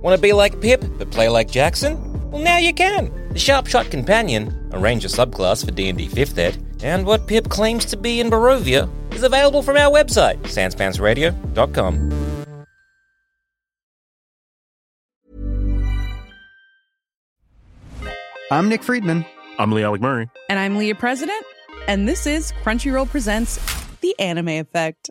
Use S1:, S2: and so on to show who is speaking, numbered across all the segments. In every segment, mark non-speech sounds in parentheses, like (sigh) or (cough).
S1: Want to be like Pip but play like Jackson? Well, now you can. The Sharpshot Companion, a ranger subclass for D&D 5th Ed, and what Pip claims to be in Barovia, is available from our website, sanspansradio.com.
S2: I'm Nick Friedman.
S3: I'm Lee Alec Murray.
S4: And I'm Leah President, and this is Crunchyroll Presents The Anime Effect.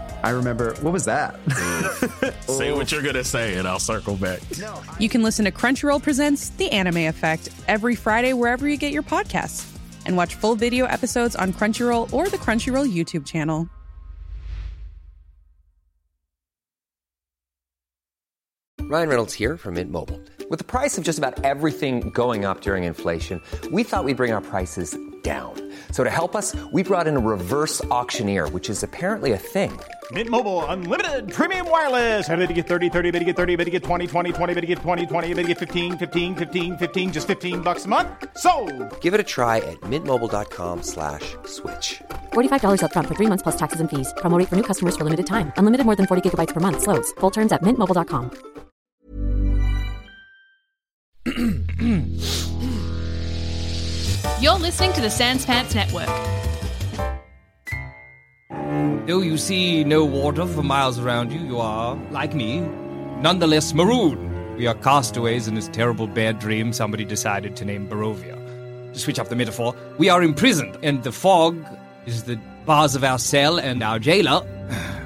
S5: I remember, what was that? (laughs)
S3: Say what you're gonna say, and I'll circle back.
S4: (laughs) you can listen to Crunchyroll Presents The Anime Effect every Friday wherever you get your podcasts, and watch full video episodes on Crunchyroll or the Crunchyroll YouTube channel.
S6: Ryan Reynolds here from Mint Mobile. With the price of just about everything going up during inflation, we thought we'd bring our prices down. So to help us, we brought in a reverse auctioneer, which is apparently a thing.
S7: Mint Mobile unlimited premium wireless. Ready to get 30, 30, bet you get 30, bet you get 20, 20, 20, bet you get 20, 20, bet you get 15, 15, 15, 15, just 15 bucks a month. So,
S6: Give it a try at mintmobile.com slash switch.
S8: $45 up front for three months plus taxes and fees. Promo rate for new customers for limited time. Unlimited more than 40 gigabytes per month. Slows. Full terms at mintmobile.com.
S9: You're listening to the Sans Pants Network.
S10: Though you see no water for miles around you, you are, like me, nonetheless marooned. We are castaways in this terrible bad dream somebody decided to name Barovia. To switch up the metaphor, we are imprisoned, and the fog is the bars of our cell, and our jailer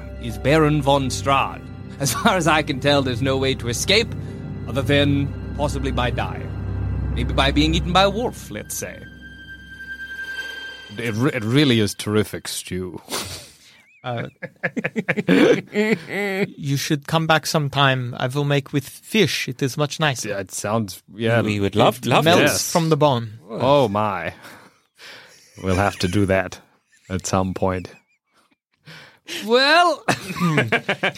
S10: (sighs) is Baron von Strad. As far as I can tell, there's no way to escape other than possibly by dying. Maybe by being eaten by a wolf, let's say.
S11: It, re- it really is terrific, Stu.
S12: You should come back sometime. I will make with fish. It is much nicer.
S11: Yeah, it sounds. Yeah,
S1: We would love, love
S12: Melts
S1: this.
S11: Yes.
S12: from the bone.
S11: Oh my, we'll have to do that at some point.
S10: Well,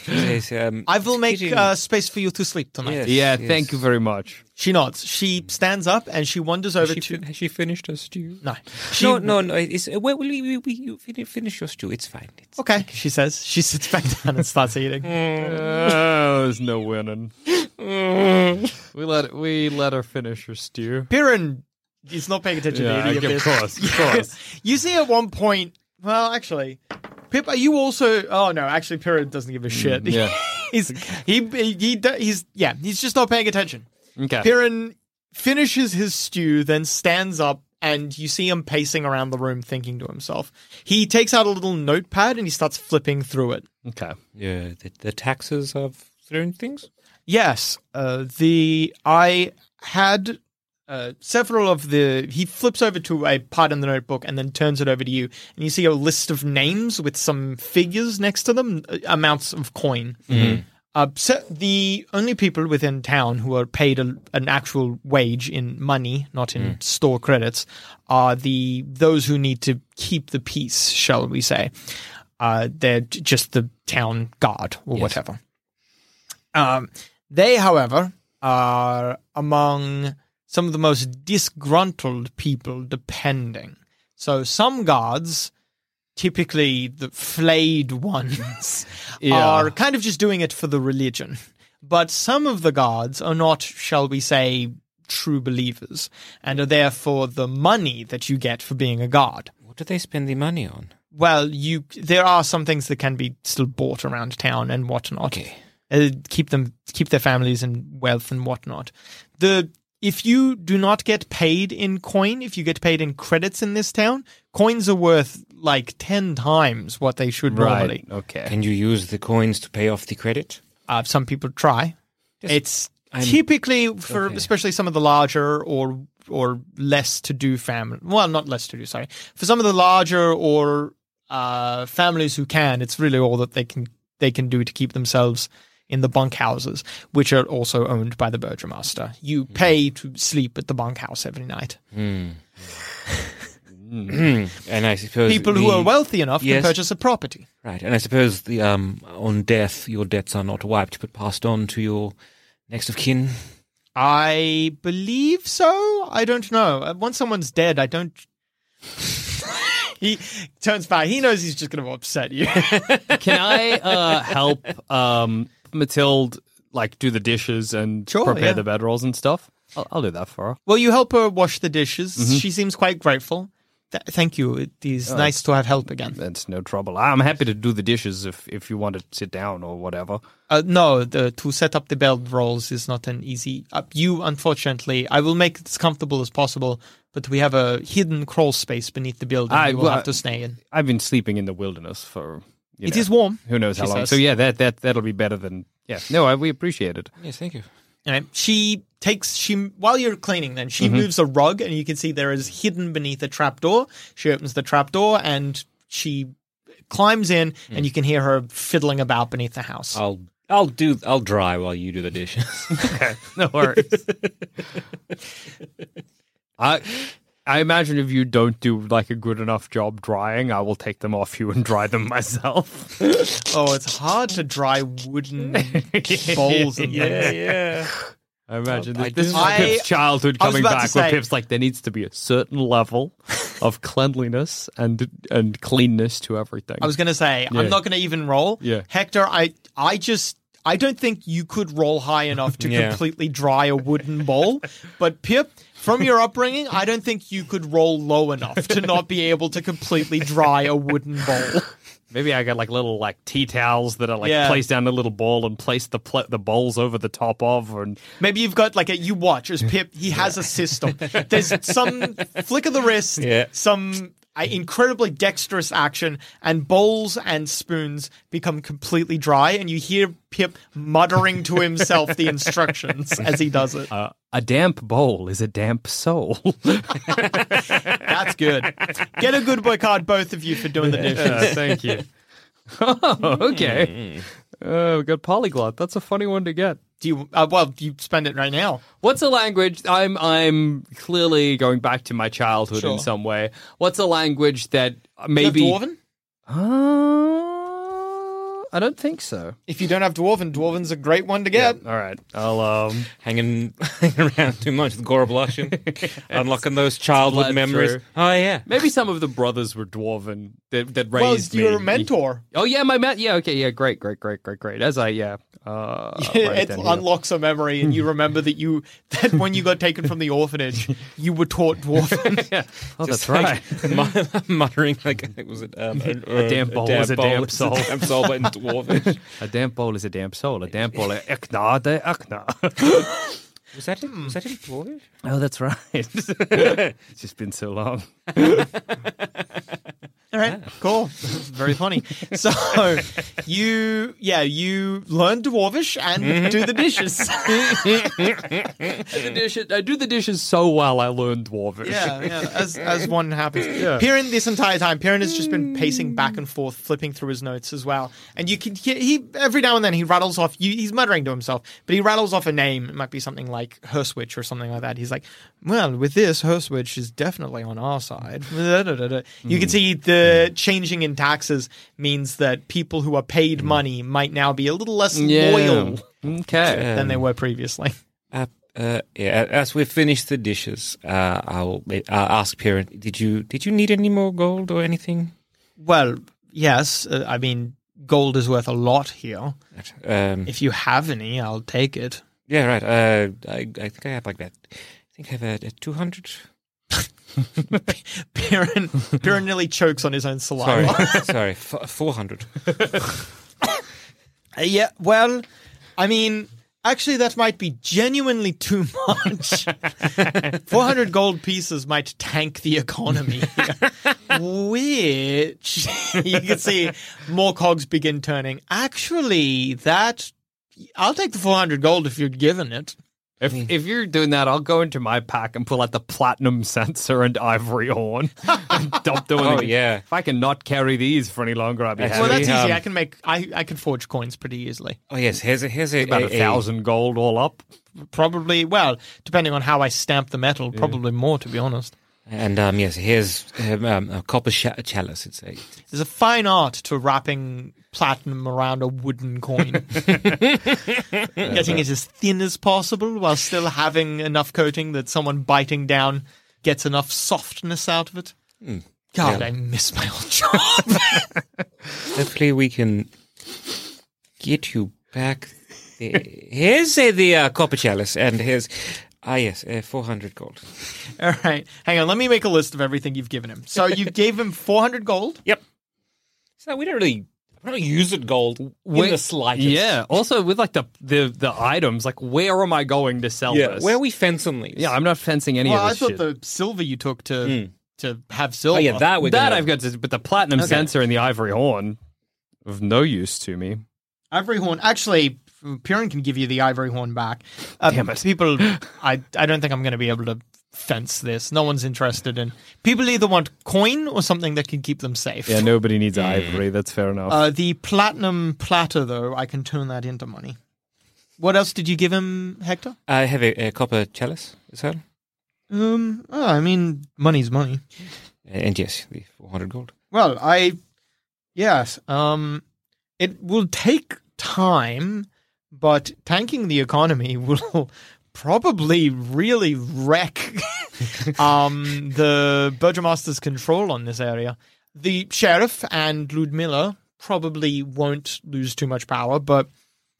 S1: Yes, um,
S12: I will make
S1: Eating-
S12: uh, space for you to sleep tonight.
S1: Yes,
S11: Yeah,
S1: yes.
S11: thank you very much.
S12: She nods. She stands up and she wanders
S1: Has
S12: over
S1: she,
S12: to.
S1: fin- has she finished her stew?
S12: No. She,
S1: No, no, no. It's, uh, well, we, we, we, you fin- finish your stew. It's fine. It's,
S12: Okay, she says. She sits back (laughs) down and starts eating.
S11: Oh, there's no winning. we let we let her finish her stew.
S12: Piran is not paying attention to
S11: Yeah,
S12: any of
S11: of
S12: this. (laughs)
S11: course, of course.
S12: You see, at one point, well, actually, Pip, are you also? Oh no, actually, Piran doesn't give a shit.
S11: yeah.
S12: he's he, he he do- he's yeah, he's just not paying attention.
S11: Okay.
S12: Piran finishes his stew, then stands up, and you see him pacing around the room, thinking to himself. He takes out a little notepad and he starts flipping through it.
S11: Okay.
S1: Yeah, the, the taxes of certain things.
S12: Yes, uh, the I had uh, several of the. He flips over to a part in the notebook and then turns it over to you, and you see a list of names with some figures next to them, uh, amounts of coin.
S6: Mm-hmm.
S12: Uh, so the only people within town who are paid a, an actual wage in money, not in store credits, are the those who need to keep the peace, shall we say? Uh, they're j- just the town guard or whatever. Um, they, however, are among some of the most disgruntled people, depending. So some guards, typically the flayed ones, are kind of just doing it for the religion. But some of the guards are not, shall we say, true believers, and are there for the money that you get for being a guard.
S1: What do they spend the money on?
S12: Well, you there are some things that can be still bought around town and whatnot.
S1: Okay.
S12: Uh, keep them keep their families in wealth and whatnot. The if you do not get paid in coin, if you get paid in credits in this town, coins are worth like ten times what they should normally.
S11: Okay.
S1: Can you use the coins to pay off the credit?
S12: Uh, some people try. it's
S1: I'm-
S12: typically for
S1: okay.
S12: especially some of the larger or or less to do family. Well, not less to do. Sorry, for some of the larger or uh, families who can, it's really all that they can they can do to keep themselves in the bunkhouses, which are also owned by the
S1: Hmm.
S12: burgomaster. You pay to sleep at the bunkhouse every night.
S1: and I suppose
S12: People who
S1: the-
S12: are wealthy enough
S1: Yes.
S12: can purchase a property.
S1: Right, and I suppose the um on death your debts are not wiped but passed on to your next of kin.
S12: I believe so. I don't know. Uh, Once someone's dead, I don't. (laughs) he turns back. He knows he's just going to upset you. (laughs)
S6: Can I uh, help um, Mathilde like do the dishes and
S12: Sure,
S6: prepare
S12: yeah.
S6: the bedrolls and stuff? I'll, I'll do that for her.
S12: Well, you help her wash the dishes.
S6: Mhm.
S12: She seems quite grateful. Th- thank you. It is
S6: Oh.
S12: nice to have help again.
S6: That's no trouble. I'm happy to do the dishes if if you want to sit down or whatever.
S12: Uh, no, the, to set up the belt rolls is not an easy. Uh, you, unfortunately, I will make it as comfortable as possible, but we have a hidden crawl space beneath the building.
S6: I-
S12: we will
S6: well,
S12: have to stay in.
S6: I've been sleeping in the wilderness for. You
S12: It
S6: know,
S12: is warm,
S6: Who knows how
S12: she
S6: long?
S12: says.
S6: So yeah, that that that'll be better than yeah. No, I, we appreciate it.
S1: Yes, thank you.
S12: Anyway, she takes she while you're cleaning. Then she
S6: Mhm.
S12: moves a rug, and you can see there is hidden beneath a trapdoor. She opens the trapdoor, and she climbs in, and you can hear her fiddling about beneath the house.
S1: I'll I'll do I'll dry while you do the dishes.
S6: okay, no worries. I I imagine if you don't do like a good enough job drying, I will take them off you and dry them myself.
S12: oh, it's hard to dry wooden bowls and
S6: Yeah,
S12: things.
S6: yeah. (laughs) I imagine
S12: I
S6: this, this is
S12: do- I-
S6: Pip's childhood
S12: I was
S6: coming
S12: about to
S6: back, where
S12: say-
S6: Pip's like, there needs to be a certain level of cleanliness and and cleanness to everything.
S12: I was gonna say
S6: Yeah.
S12: I'm not gonna even roll.
S6: Yeah.
S12: Hector, I I just I don't think you could roll high enough to
S6: Yeah.
S12: completely dry a wooden bowl. But Pip, from your upbringing, I don't think you could roll low enough to not be able to completely dry a wooden bowl.
S6: Maybe I got like little like tea towels that are like
S12: Yeah.
S6: placed down in a little bowl and place the pl- the bowls over the top of and
S12: Maybe you've got like a you watch as Pip he has a system. There's some flick of the wrist,
S6: Yeah.
S12: some uh, incredibly dexterous action, and bowls and spoons become completely dry, and you hear Pip muttering to himself the instructions as he does it.
S6: Uh, a damp bowl is a damp soul. (laughs)
S12: That's good. Get a good boy card, both of you, for doing the dishes.
S6: Yeah, thank you. (laughs) oh, okay. Uh, we got polyglot. That's a funny one to get.
S12: Do you? Uh, well, you spend it right now.
S6: What's a language? I'm I'm clearly going back to my childhood
S12: Sure.
S6: in some way. What's a language that maybe
S12: You have dwarven?
S6: Uh, I don't think so.
S12: If you don't have dwarven, dwarven's a great one to get.
S6: All right, I'll um
S1: hanging hanging around (laughs) too much with (laughs) Goroblushin, unlocking those childhood
S6: Blood
S1: memories.
S6: through.
S1: Oh yeah, (laughs)
S6: Maybe some of the brothers were dwarven that that
S12: Well,
S6: raised
S12: you're a
S6: me.
S12: mentor.
S6: Oh yeah, my man. Yeah, okay, yeah, great, great, great, great, great. As I yeah, uh, write
S12: (laughs) it
S6: down here.
S12: unlocks a memory, and you remember that you that when you got taken from the orphanage, you were taught dwarven.
S6: Oh,
S1: Just
S6: that's
S1: like
S6: right.
S1: mu- muttering like (laughs) it was it um,
S6: A damp bowl is a damp soul.
S1: A damp soul, but
S6: (laughs)
S1: in dwarvish.
S6: A damp bowl is a damp soul. A damp bowl, eh, ekna de ekna.
S1: Was that in, was that in dwarvish?
S6: Oh, that's right. it's just been so long.
S12: All right, cool. Very funny. So you, yeah, you learn dwarvish and do the dishes.
S6: the dishes, I do the dishes so well. I learned dwarvish.
S12: yeah, yeah, as
S6: (laughs)
S12: as one happens.
S6: Yeah.
S12: Piran this entire time, Piran has just been pacing back and forth, flipping through his notes as well. And you can hear he every now and then he rattles off. You, he's muttering to himself, but he rattles off a name. It might be something like Hurstwitch or something like that. He's like, "Well, with this, Hurstwitch is definitely on our side." (laughs) You
S6: Hmm.
S12: can see the changing in taxes means that people who are paid money might now be a little less
S6: Hmm. Yeah.
S12: loyal
S6: Okay.
S12: than they were previously. (laughs)
S1: Uh, uh, yeah, as we finish the dishes, uh, I'll uh, ask parent. Did you did you need any more gold or anything?
S12: Well, yes, uh, I mean. Gold is worth a lot here.
S1: Um,
S12: If you have any, I'll take it.
S1: yeah, right. Uh, I I think I have like that. I think I have a, a two hundred.
S12: (laughs) Piran, Piran nearly chokes on his own
S1: Sorry,
S12: saliva.
S1: sorry, (laughs) f- four hundred.
S12: Uh, (laughs) yeah, well, I mean, actually, that might be genuinely too much. (laughs) 400 gold pieces might tank the economy. (laughs) here, which (laughs) you can see more cogs begin turning. Actually, that. I'll take the 400 gold if you'd given it.
S6: If if you're doing that, I'll go into my pack and pull out the platinum sensor and ivory horn. (laughs) and dump them in
S1: Oh,
S6: the-
S1: yeah.
S6: If I can not carry these for any longer, I'll be happy.
S1: Actually,
S12: Well, that's
S1: um,
S12: easy. I can make. I, I can forge coins pretty easily.
S1: Oh yes, here's a, here's a,
S6: about a
S1: a- a-
S6: thousand gold all up.
S12: Probably, well, depending on how I stamp the metal, probably more, to be honest.
S1: And um, yes, here's um, um, a copper sh- chalice. It's a,
S12: There's a fine art to wrapping platinum around a
S6: (laughs)
S12: wooden coin, (laughs) getting it as thin as possible while still having enough coating that someone biting down gets enough softness out of it.
S1: Hmm.
S12: God,
S1: Yeah.
S12: I miss my old (laughs) job.
S1: Hopefully, we can get you back. there. here's uh, the uh, copper chalice, and here's ah yes, uh, four hundred gold.
S12: All right, hang on. Let me make a list of everything you've given him. So you gave him 400 gold.
S1: Yep. So we don't really we don't use it gold
S6: Where-
S1: in the slightest.
S6: Yeah. Also, with like the, the the items, like where am I going to sell
S1: Yeah,
S6: this?
S1: where are we fencing these?
S6: Yeah, I'm not fencing any
S12: well,
S6: of
S12: I
S6: this
S12: thought
S6: shit. Hmm.
S12: the silver you took to to have silver.
S6: Oh, yeah, that we're gonna- I've
S12: got.
S6: To, but the platinum
S12: Okay.
S6: sensor and the ivory horn of no use to me.
S12: Ivory horn. Actually, Purin can give you the ivory horn back. Uh,
S6: Damn it.
S12: People,
S6: (laughs)
S12: I, I don't think I'm going to be able to fence this. No one's interested in. People either want coin or something that can keep them safe.
S6: Yeah, nobody needs ivory. That's fair enough.
S12: Uh, the platinum platter, though, I can turn that into money. What else did you give him, Hector?
S1: I have a, a copper chalice as well,
S12: Um, oh, I mean, money's money.
S1: Uh, and yes, the four hundred gold.
S12: Well, I yes, um it will take time, but tanking the economy (laughs) will probably really wreck (laughs) um the burgomaster's control on this area. The sheriff and Ludmilla probably won't lose too much power, but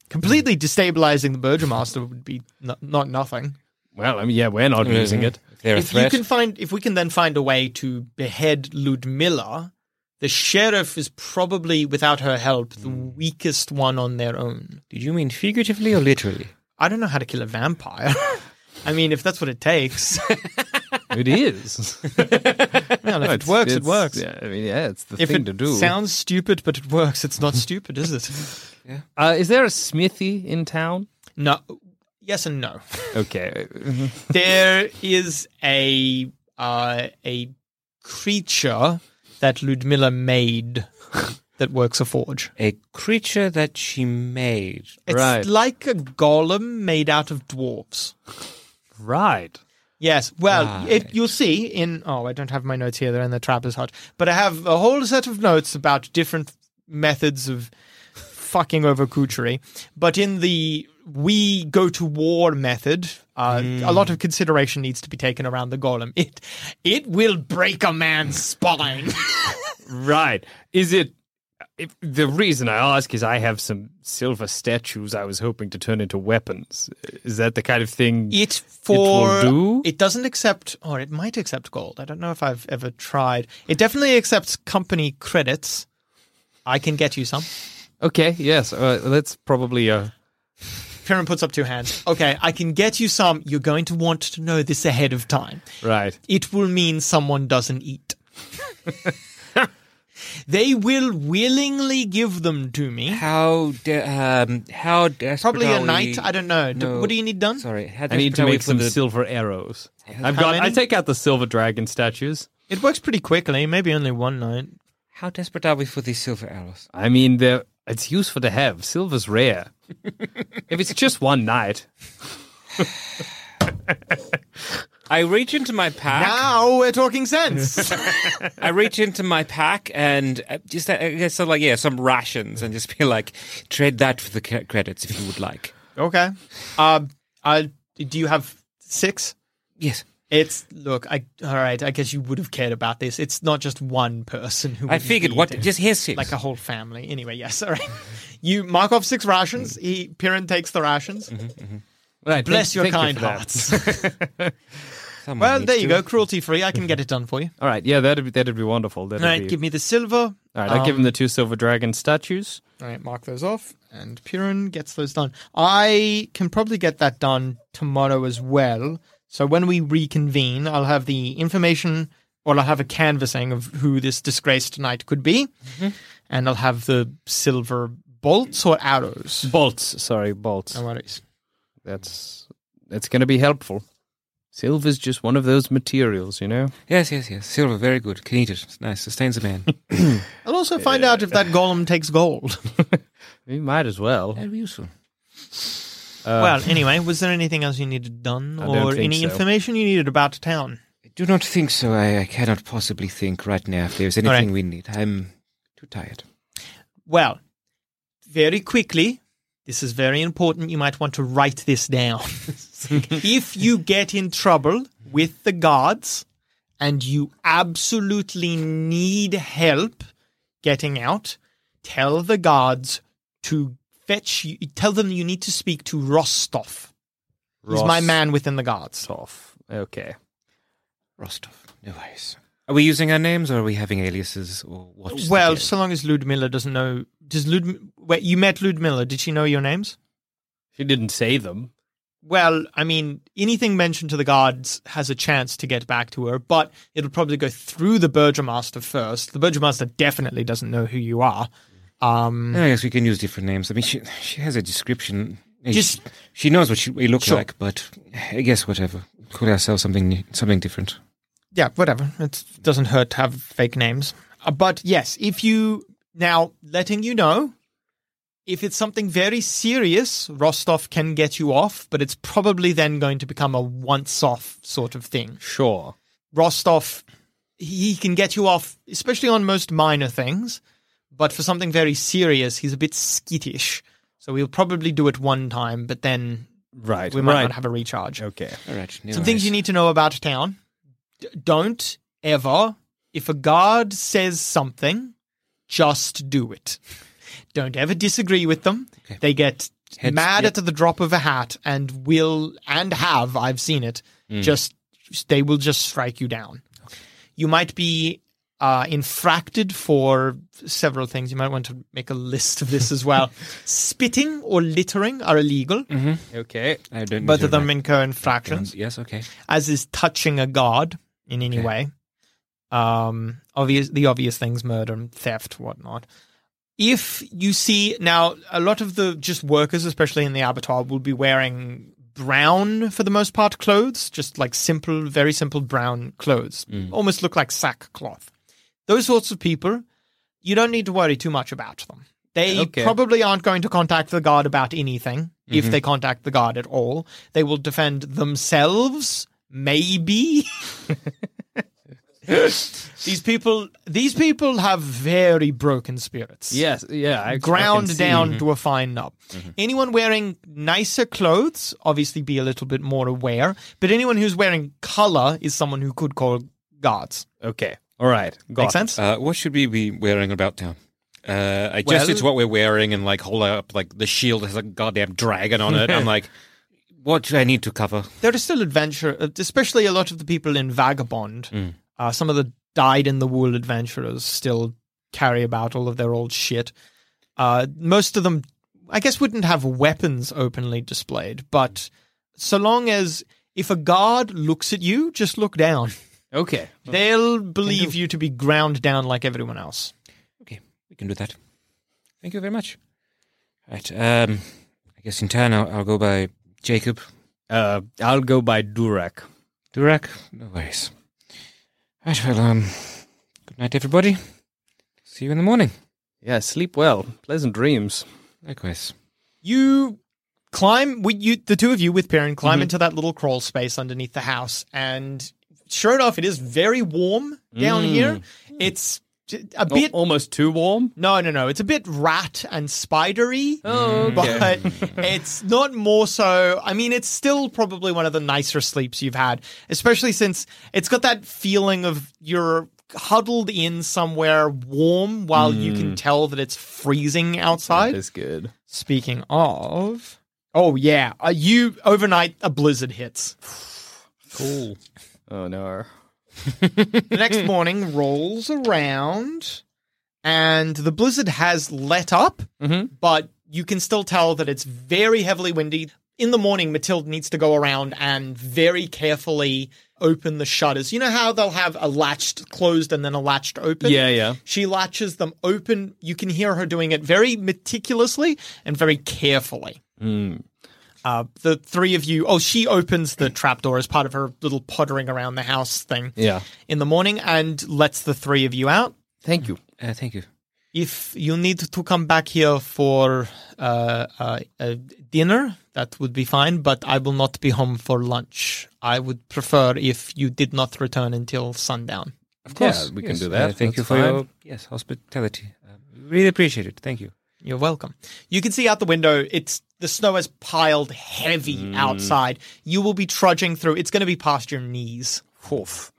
S12: completely destabilizing the burgomaster would be n- not nothing
S6: well, I mean, yeah, we're not using it.
S12: if you can find, if we can then find a way to behead Ludmilla, the sheriff is probably, without her help, the
S6: Hmm.
S12: weakest one on their own.
S1: Did you mean figuratively or literally?
S12: I don't know how to kill a vampire. (laughs) I mean, if that's what it takes.
S6: (laughs) it
S12: (laughs)
S6: is.
S12: well, if it works, it works.
S6: Yeah, I mean, yeah, it's the
S12: if
S6: thing
S12: it
S6: to do.
S12: sounds stupid, but it works,
S6: (laughs)
S12: it's not stupid, is it?
S6: uh, is there a smithy in town?
S12: No. Yes and no.
S6: Okay.
S12: there is a uh, a creature that Ludmilla made that works a forge.
S1: A creature that she made.
S12: It's like a golem made out of dwarves.
S6: Right.
S12: Yes. Well, it, you'll see in. Oh, I don't have my notes here. They're in the trapper's hut. But I have a whole set of notes about different methods of fucking over kuchery. But in the we go to war method, uh, a lot of
S6: Hmm.
S12: consideration needs to be taken around the golem. It it will break a man's
S6: (laughs)
S12: spine.
S6: Right. Is it? If, the reason I ask is I have some silver statues I was hoping to turn into weapons. Is that the kind of thing
S12: It for
S6: it will do?
S12: it doesn't accept or it might accept gold. I don't know if I've ever tried. It definitely accepts company credits. I can get you some.
S6: Okay. Yes. Uh, that's probably a.
S12: Perrin puts up two hands. Okay, I can get you some. You're going to want to know this ahead of time.
S6: Right.
S12: It will mean someone doesn't eat. they will willingly give them to me.
S1: How de- um, how desperate
S12: Probably a
S1: are
S12: knight.
S1: we-
S12: I don't know. Do-
S1: No.
S12: what do you need done?
S1: Sorry, how
S6: I need
S1: desperate
S6: to
S1: are we
S6: make
S1: for
S6: some
S1: the-
S6: silver arrows. I've
S12: How
S6: got. I
S12: many?
S6: take out the silver dragon statues.
S12: It works pretty quickly. Maybe only one night.
S1: How desperate are we for these silver arrows?
S6: I mean, they're, it's useful to have. Silver's rare. if it's just one night,
S1: I reach into my pack.
S12: Now we're
S1: (laughs)
S12: talking sense. (laughs)
S1: I reach into my pack and uh, just uh, I guess so like yeah, some rations and just be like, trade that for the c- credits if you would like.
S12: okay. Uh, uh, do you have six?
S1: Yes,
S12: It's look. I all right. I guess you would have cared about this. It's not just one person who.
S1: I
S12: wouldn't
S1: figured
S12: eat
S1: what
S12: it.
S1: just here's six.
S12: like a whole family. Anyway, yes, all right. (laughs) You mark off six rations.
S1: Mm.
S12: He Piran takes the rations.
S1: Mm-hmm.
S6: right,
S12: Bless
S6: thank-
S12: your
S6: thank you
S12: kind
S6: for that.
S12: (laughs) hearts.
S1: Someone
S12: well,
S1: needs
S12: there you
S1: to.
S12: go. Cruelty free. I can get it done for you.
S6: All right, yeah, that'd be that'd be wonderful.
S12: All
S6: That'd
S12: right,
S6: be,
S12: give me the silver.
S6: all right. I'll give him
S12: Um,
S6: the two silver dragon statues.
S12: All right, mark those off, and Piran gets those done. I can probably get that done tomorrow as well. So when we reconvene, I'll have the information, or I'll have a canvassing of who this disgraced knight could be, and I'll have the silver bolts or arrows.
S6: Bolts, sorry, bolts.
S12: No worries.
S6: That's that's going to be helpful. Silver's just one of those materials, you know.
S1: Yes, yes, yes. Silver, very good. Can eat it. It's nice. Sustains a man.
S12: I'll also find out if that golem takes gold.
S6: We might as well.
S1: very useful.
S6: Uh,
S12: Uh. well, anyway, was there anything else you needed done
S6: I don't
S12: or
S6: think
S12: any
S6: so.
S12: information you needed about town?
S1: I Do not think so. I, I cannot possibly think right now if there's anything
S12: right.
S1: we need. I'm too tired.
S12: Well, very quickly, this is very important. You might want to write this down. (laughs) if you get in trouble with the guards and you absolutely need help getting out, tell the guards to fetch you. Tell them you need to speak to Rostov. He's my
S6: Ros-
S12: man within the guards.
S6: Okay.
S1: Rostov. No worries. Are we using our names or are we having aliases or what? is the
S12: Well,
S1: deal?
S12: so long as Ludmilla doesn't know, does Lud? Wait, you met Ludmilla. Did she know your names?
S6: She didn't say them.
S12: Well, I mean, anything mentioned to the guards has a chance to get back to her, but it'll probably go through the Burgermaster first. The Burgermaster definitely doesn't know who you are. Um,
S1: I guess we can use different names. I mean, she she has a description. Eh,
S12: Just-
S1: she, she knows what she, we look
S12: Sure.
S1: like, but I guess whatever. Call ourselves something new- something different.
S12: yeah, whatever. It doesn't hurt to have fake names. Uh, but yes, if you now letting you know, if it's something very serious, Rostov can get you off, but it's probably then going to become a once off sort of thing.
S6: Sure.
S12: Rostov, he can get you off, especially on most minor things, but for something very serious, he's a bit skittish. So we'll probably do it one time, but then
S6: right,
S12: we might
S6: right.
S12: not have a recharge.
S6: Okay.
S1: All right.
S12: Some things you need to know about town. D- don't ever, if a guard says something, just do it. Don't ever disagree with them. They get
S1: Heads-
S12: mad
S1: yep.
S12: at the drop of a hat and will and have, I've seen it,
S1: Mm.
S12: just they will just strike you down. You might be uh, infracted for several things. You might want to make a list of this as
S1: (laughs)
S12: well. Spitting or littering are illegal.
S6: Okay.
S1: I don't
S12: Both of them incur infractions
S1: Yes. Okay.
S12: as is touching a guard in any way. Um, obvious the obvious things, murder and theft, whatnot. If you see now, a lot of the just workers, especially in the abattoir, will be wearing brown for the most part clothes, just like simple, very simple brown clothes,
S1: Mm.
S12: almost look like sackcloth. Those sorts of people, you don't need to worry too much about them. They
S6: Okay.
S12: probably aren't going to contact the guard about anything if
S6: Mhm.
S12: they contact the guard at all. They will defend themselves, maybe. (laughs) these people these people have very broken spirits.
S6: Yes, yeah, I- I can
S12: ground
S6: see.
S12: down
S6: Mhm.
S12: to a fine nub. Anyone wearing nicer clothes, obviously be a little bit more aware, but anyone who's wearing color is someone who could call guards.
S6: Okay. All right. Got
S12: Make sense?
S1: Uh, what should we be wearing about town? Uh, I
S12: Well-
S1: just it's what we're wearing and like hold up like the shield has a goddamn dragon on
S6: (laughs)
S1: it. I'm like, what do I need to cover?
S12: There is still adventure, uh, especially a lot of the people in Vagabond.
S1: Mm.
S12: Uh, some of the dyed in the wool adventurers still carry about all of their old shit. Uh, most of them, I guess, wouldn't have weapons openly displayed, but so long as if a guard looks at you, just look down.
S6: Okay.
S12: They'll believe you to be ground down like everyone else.
S1: We can do that. Thank you very much. Right. Um, I guess in turn I'll, I'll go by Jacob.
S6: Uh, I'll go by Durak.
S1: Durak, no worries. Right. Well, um, good night, everybody. See you in the morning.
S6: Yeah. Sleep well. Pleasant dreams.
S1: Likewise.
S12: You climb, we, you, the two of you with Perrin climb
S6: Mhm.
S12: into that little crawl space underneath the house, and sure enough, it is very warm down
S6: Mm.
S12: here. It's j- a bit
S6: almost too warm.
S12: No, no, no. It's a bit rat and spidery.
S6: Oh, okay.
S12: (laughs) but it's not more so. I mean, it's still probably one of the nicer sleeps you've had, especially since it's got that feeling of you're huddled in somewhere warm while you
S6: Mm.
S12: can tell that it's freezing outside.
S6: It's good.
S12: Speaking of, oh yeah, uh, you overnight a blizzard hits.
S6: Cool. Oh no.
S12: (laughs) the next morning rolls around and the blizzard has let up,
S6: Mm-hmm.
S12: but you can still tell that it's very heavily windy. In the morning, Matilda needs to go around and very carefully open the shutters. You know how they'll have a latched closed and then a latched open?
S6: Yeah, yeah.
S12: She latches them open. You can hear her doing it very meticulously and very carefully.
S6: Mm.
S12: Uh, the three of you. Oh, she opens the trapdoor as part of her little pottering around the house thing
S6: Yeah.
S12: in the morning and lets the three of you out.
S6: Thank you.
S1: Uh, thank you.
S12: If you need to come back here for uh, uh, uh, dinner, that would be fine, but I will not be home for lunch. I would prefer if you did not return until sundown.
S1: Of course,
S12: we
S1: can yes, do that. uh, thank you That's for fine. your- yes, hospitality. Uh, Really appreciate it. Thank you.
S12: You're welcome. You can see out the window, it's the snow has piled heavy outside. You will be trudging through. It's going to be past your knees.
S13: Hoof.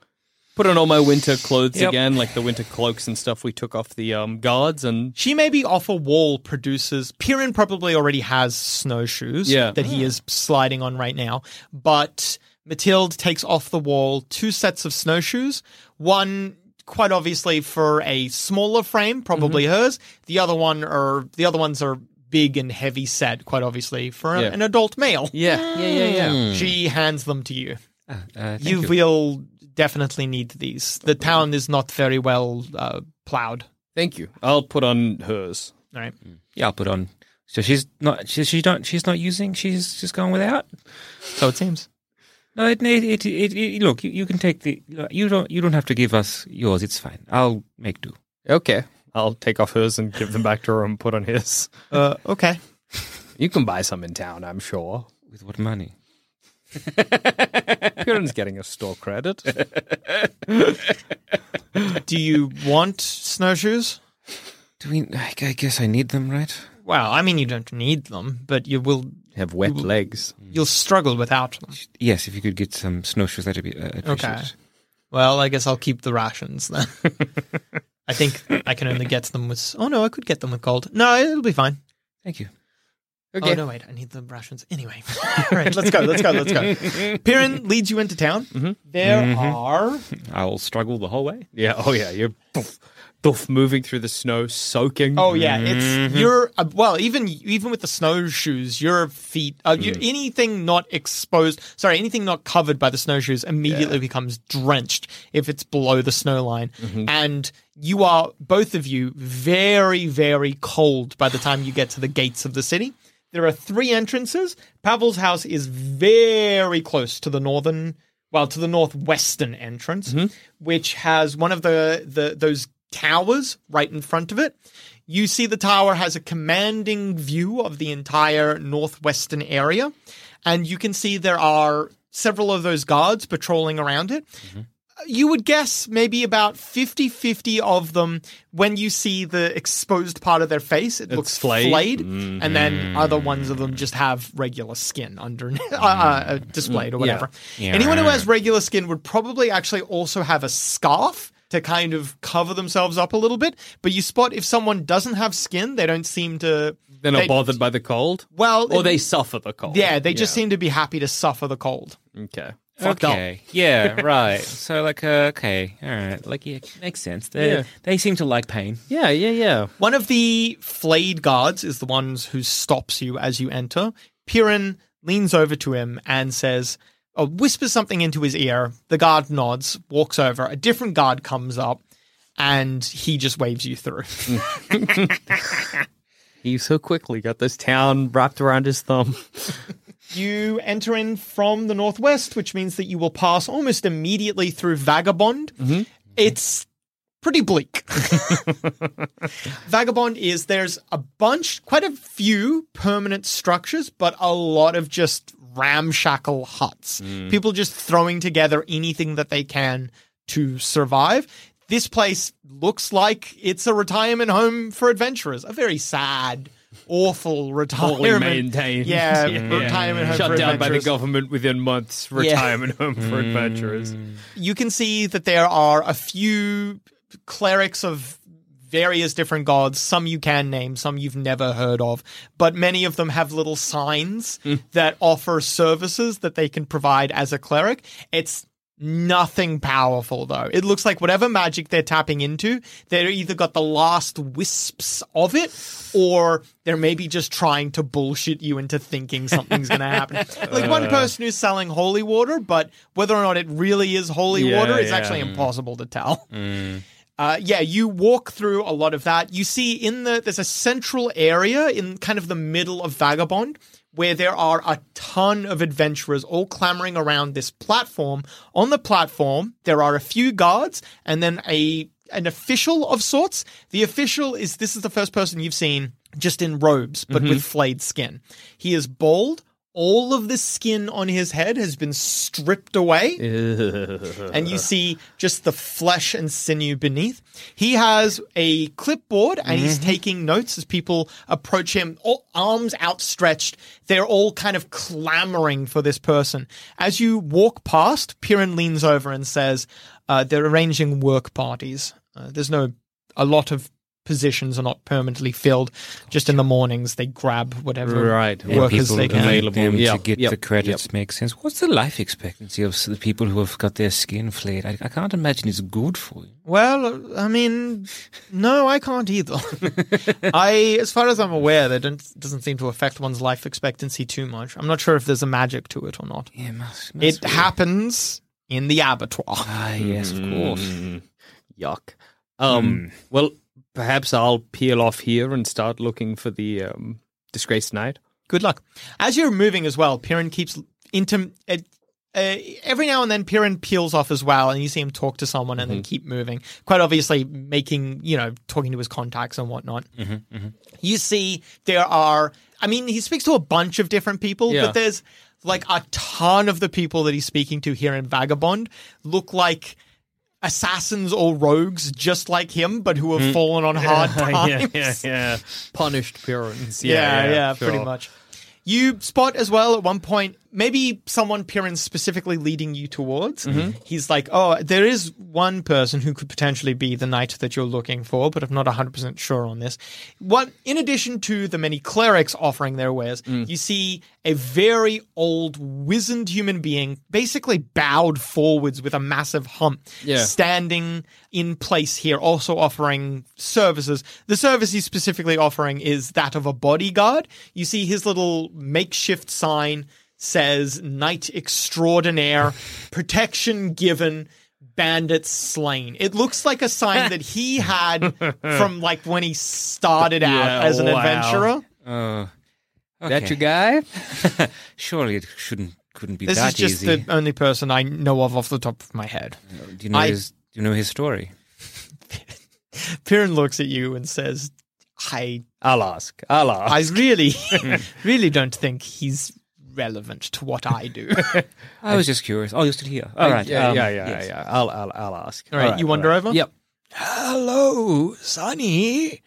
S13: Put on all my winter clothes
S12: Yep.
S13: again, like the winter cloaks and stuff we took off the um, guards, and
S12: She may be off a wall produces. Piran probably already has snowshoes
S13: Yeah.
S12: that he is sliding on right now. But Mathilde takes off the wall two sets of snowshoes. One quite obviously for a smaller frame, probably
S13: Mm-hmm.
S12: hers. The other one are the other ones are big and heavy set, quite obviously for a-
S13: Yeah.
S12: an adult male.
S13: Yeah. Yeah, yeah, yeah. Ah, uh, Hmm.
S12: She hands them to you.
S1: thank
S12: you,
S1: you.
S12: will definitely need these. The town is not very well uh, plowed.
S13: Thank you. I'll put on hers.
S12: All right.
S1: Yeah, I'll put on. So she's not. She, she don't. She's not using. She's just going without.
S12: So it seems.
S1: No, it. It. It. it, it look, you, you can take the. You don't. You don't have to give us yours. It's fine. I'll make do.
S6: Okay. I'll take off hers and give them back to her and put on his.
S12: Uh, okay.
S6: You can buy some in town, I'm sure.
S1: With what money?
S6: Purin's getting a store credit.
S12: Do you want snowshoes?
S1: Do we? I, I guess I need them, right?
S12: Well, I mean, you don't need them, but you will
S1: Have wet
S12: you will-
S1: legs.
S12: You'll struggle without them.
S1: Yes, if you could get some snowshoes, that'd be. Uh, appreciate
S12: Okay.
S1: it.
S12: Well, I guess I'll keep the rations then. (laughs) I think I can only get them with. Oh no, I could get them with gold. No, it'll be fine.
S1: Thank you.
S12: Okay. Oh no, wait, I need the rations (laughs) anyway. All right, let's go. Let's go. Let's (laughs) go. Piran leads you into town. There
S6: Mhm.
S12: are
S6: I'll struggle the whole way. Yeah. Oh, yeah. You're poof, poof, moving through the snow, soaking.
S12: Oh yeah, it's you're uh, well even even with the snowshoes, your feet, uh, you,
S6: Mm.
S12: anything not exposed, sorry, anything not covered by the snowshoes immediately becomes drenched if it's below the snow line, and you are both of you very very cold by the time you get to the gates of the city. There are three entrances. Pavel's house is very close to the northern, well, to the northwestern entrance, which has one of the, the those towers right in front of it. You see the tower has a commanding view of the entire northwestern area, and you can see there are several of those guards patrolling around it you would guess maybe about 50 50 of them when you see the exposed part of their face it looks
S13: flayed. Mm-hmm.
S12: flayed, and then other ones of them just have regular skin under (laughs) uh, uh, displayed or
S13: Mm, yeah.
S12: whatever
S13: Yeah.
S12: anyone who has regular skin would probably actually also have a scarf to kind of cover themselves up a little bit but you spot if someone doesn't have skin they don't seem to
S13: They're not
S12: they-
S13: bothered by the cold.
S12: Well,
S13: or they suffer the cold.
S12: yeah they just seem to be happy to suffer the cold
S13: Okay.
S12: Fucked up.
S1: okay. Yeah, right. So like uh, okay. All right. Like yeah, makes sense. They
S12: Yeah.
S1: they seem to like pain.
S12: Yeah, yeah, yeah. One of the flayed guards is the ones who stops you as you enter. Piran leans over to him and says, uh, whispers something into his ear. The guard nods, walks over. A different guard comes up, and he just waves you through. (laughs)
S6: He so quickly got this town wrapped around his thumb.
S12: you enter in from the northwest, which means that you will pass almost immediately through Vagabond. It's pretty bleak. Vagabond is there's a bunch, quite a few permanent structures, but a lot of just ramshackle huts.
S14: Mm.
S12: People just throwing together anything that they can to survive. This place looks like it's a retirement home for adventurers. A very sad, awful retirement.
S6: Poorly maintained. (laughs)
S12: Yeah, retirement home
S6: Shut
S12: for
S6: down by the
S12: adventurers.
S6: government within months. Retirement home for adventurers.
S12: you can see that there are a few clerics of various different gods. Some you can name, some you've never heard of, but many of them have little signs that offer services that they can provide as a cleric. It's nothing powerful though. It looks like whatever magic they're tapping into, they're either got the last wisps of it or they're maybe just trying to bullshit you into thinking something's going to happen.
S6: (laughs)
S12: Like one
S6: Uh.
S12: person who's selling holy water, but whether or not it really is holy holy
S6: Yeah,
S12: water is
S6: yeah.
S12: actually
S6: Mm.
S12: impossible to tell. Uh, yeah, you walk through a lot of that. You see in the there's a central area in kind of the middle of Vagabond where there are a ton of adventurers all clamoring around this platform. On the platform, there are a few guards and then a an official of sorts. The official is this is the first person you've seen just in robes, but
S13: Mhm.
S12: with flayed skin. He is bald. All of the skin on his head has been stripped away
S1: (laughs)
S12: and
S13: and
S12: you see just the flesh and sinew beneath. He has a clipboard and he's
S1: Mm-hmm.
S13: Mhm.
S12: taking notes as people approach him, all arms outstretched. They're all kind of clamoring for this person. As you walk past, Piran leans over and says, uh, They're arranging work parties. Uh, there's no, a lot of positions are not permanently filled. Just in the mornings, they grab whatever
S1: Right, and
S12: workers
S1: people
S12: they can.
S1: available them to get the credits makes sense. What's the life expectancy of s- the people who have got their skin flayed? I, I can't imagine it's good for you.
S12: Well, I mean, no, I can't
S1: (laughs)
S12: either. I, as far as I'm aware, that don't, doesn't seem to affect one's life expectancy too much. I'm not sure if there's a magic to it or not.
S1: Yeah, must,
S12: it happens in the abattoir. Ah,
S1: yes, of course.
S13: Yuck.
S6: Hmm.
S13: Um, Well, perhaps I'll peel off here and start looking for the um, (laughs) disgraced knight.
S12: Good luck. As you're moving as well, Piran keeps intim. Uh, uh, every now and then, Piran peels off as well, and you see him talk to someone and then
S13: Mhm.
S12: keep moving. Quite obviously, making you know, talking to his contacts and whatnot.
S13: Mm-hmm,
S12: you see there are i mean he speaks to a bunch of different people
S13: Yeah.
S12: but there's like a ton of the people that he's speaking to here in vagabond look like assassins or rogues just like him but who have
S13: Mm.
S12: fallen on hard
S13: (laughs) Yeah, yeah,
S12: times
S13: yeah, yeah. Punished Purans. Yeah, yeah,
S12: pretty
S13: sure.
S12: much you spot as well at one point maybe someone Piran's specifically leading you towards.
S13: Mhm.
S12: He's like, "Oh, there is one person who could potentially be the knight that you're looking for, but I'm not 100% sure on this." What in addition to the many clerics offering their wares,
S13: Mm.
S12: you see a very old wizened human being basically bowed forwards with a massive hump
S13: Yeah.
S12: standing in place here also offering services. The service he's specifically offering is that of a bodyguard. You see his little makeshift sign says knight
S1: (laughs)
S12: extraordinaire protection given bandits slain it looks like a sign
S1: (laughs)
S12: that he had from like when he started out
S1: Yeah,
S12: as an
S1: wow.
S12: adventurer
S1: Uh,
S12: That your
S1: guy? Surely it shouldn't couldn't (laughs) be
S12: this
S1: that
S12: is just
S1: easy.
S12: the only person i know of off the top of my head
S1: Do you know
S12: I-
S1: his? Do you know his story?
S12: Piran looks at you and says, I
S13: I'll ask. I'll ask.
S12: I
S13: (laughs)
S12: really (laughs) really don't think he's relevant to what
S13: (laughs)
S12: I do.
S1: I was just curious. Oh, you're still here. All
S13: I-
S1: right.
S13: Yeah,
S1: um,
S13: yeah, yeah,
S1: yes.
S13: yeah. I'll, I'll, I'll ask.
S12: All right, you wander
S13: all
S12: over?
S13: Yep.
S12: Hello, Sonny.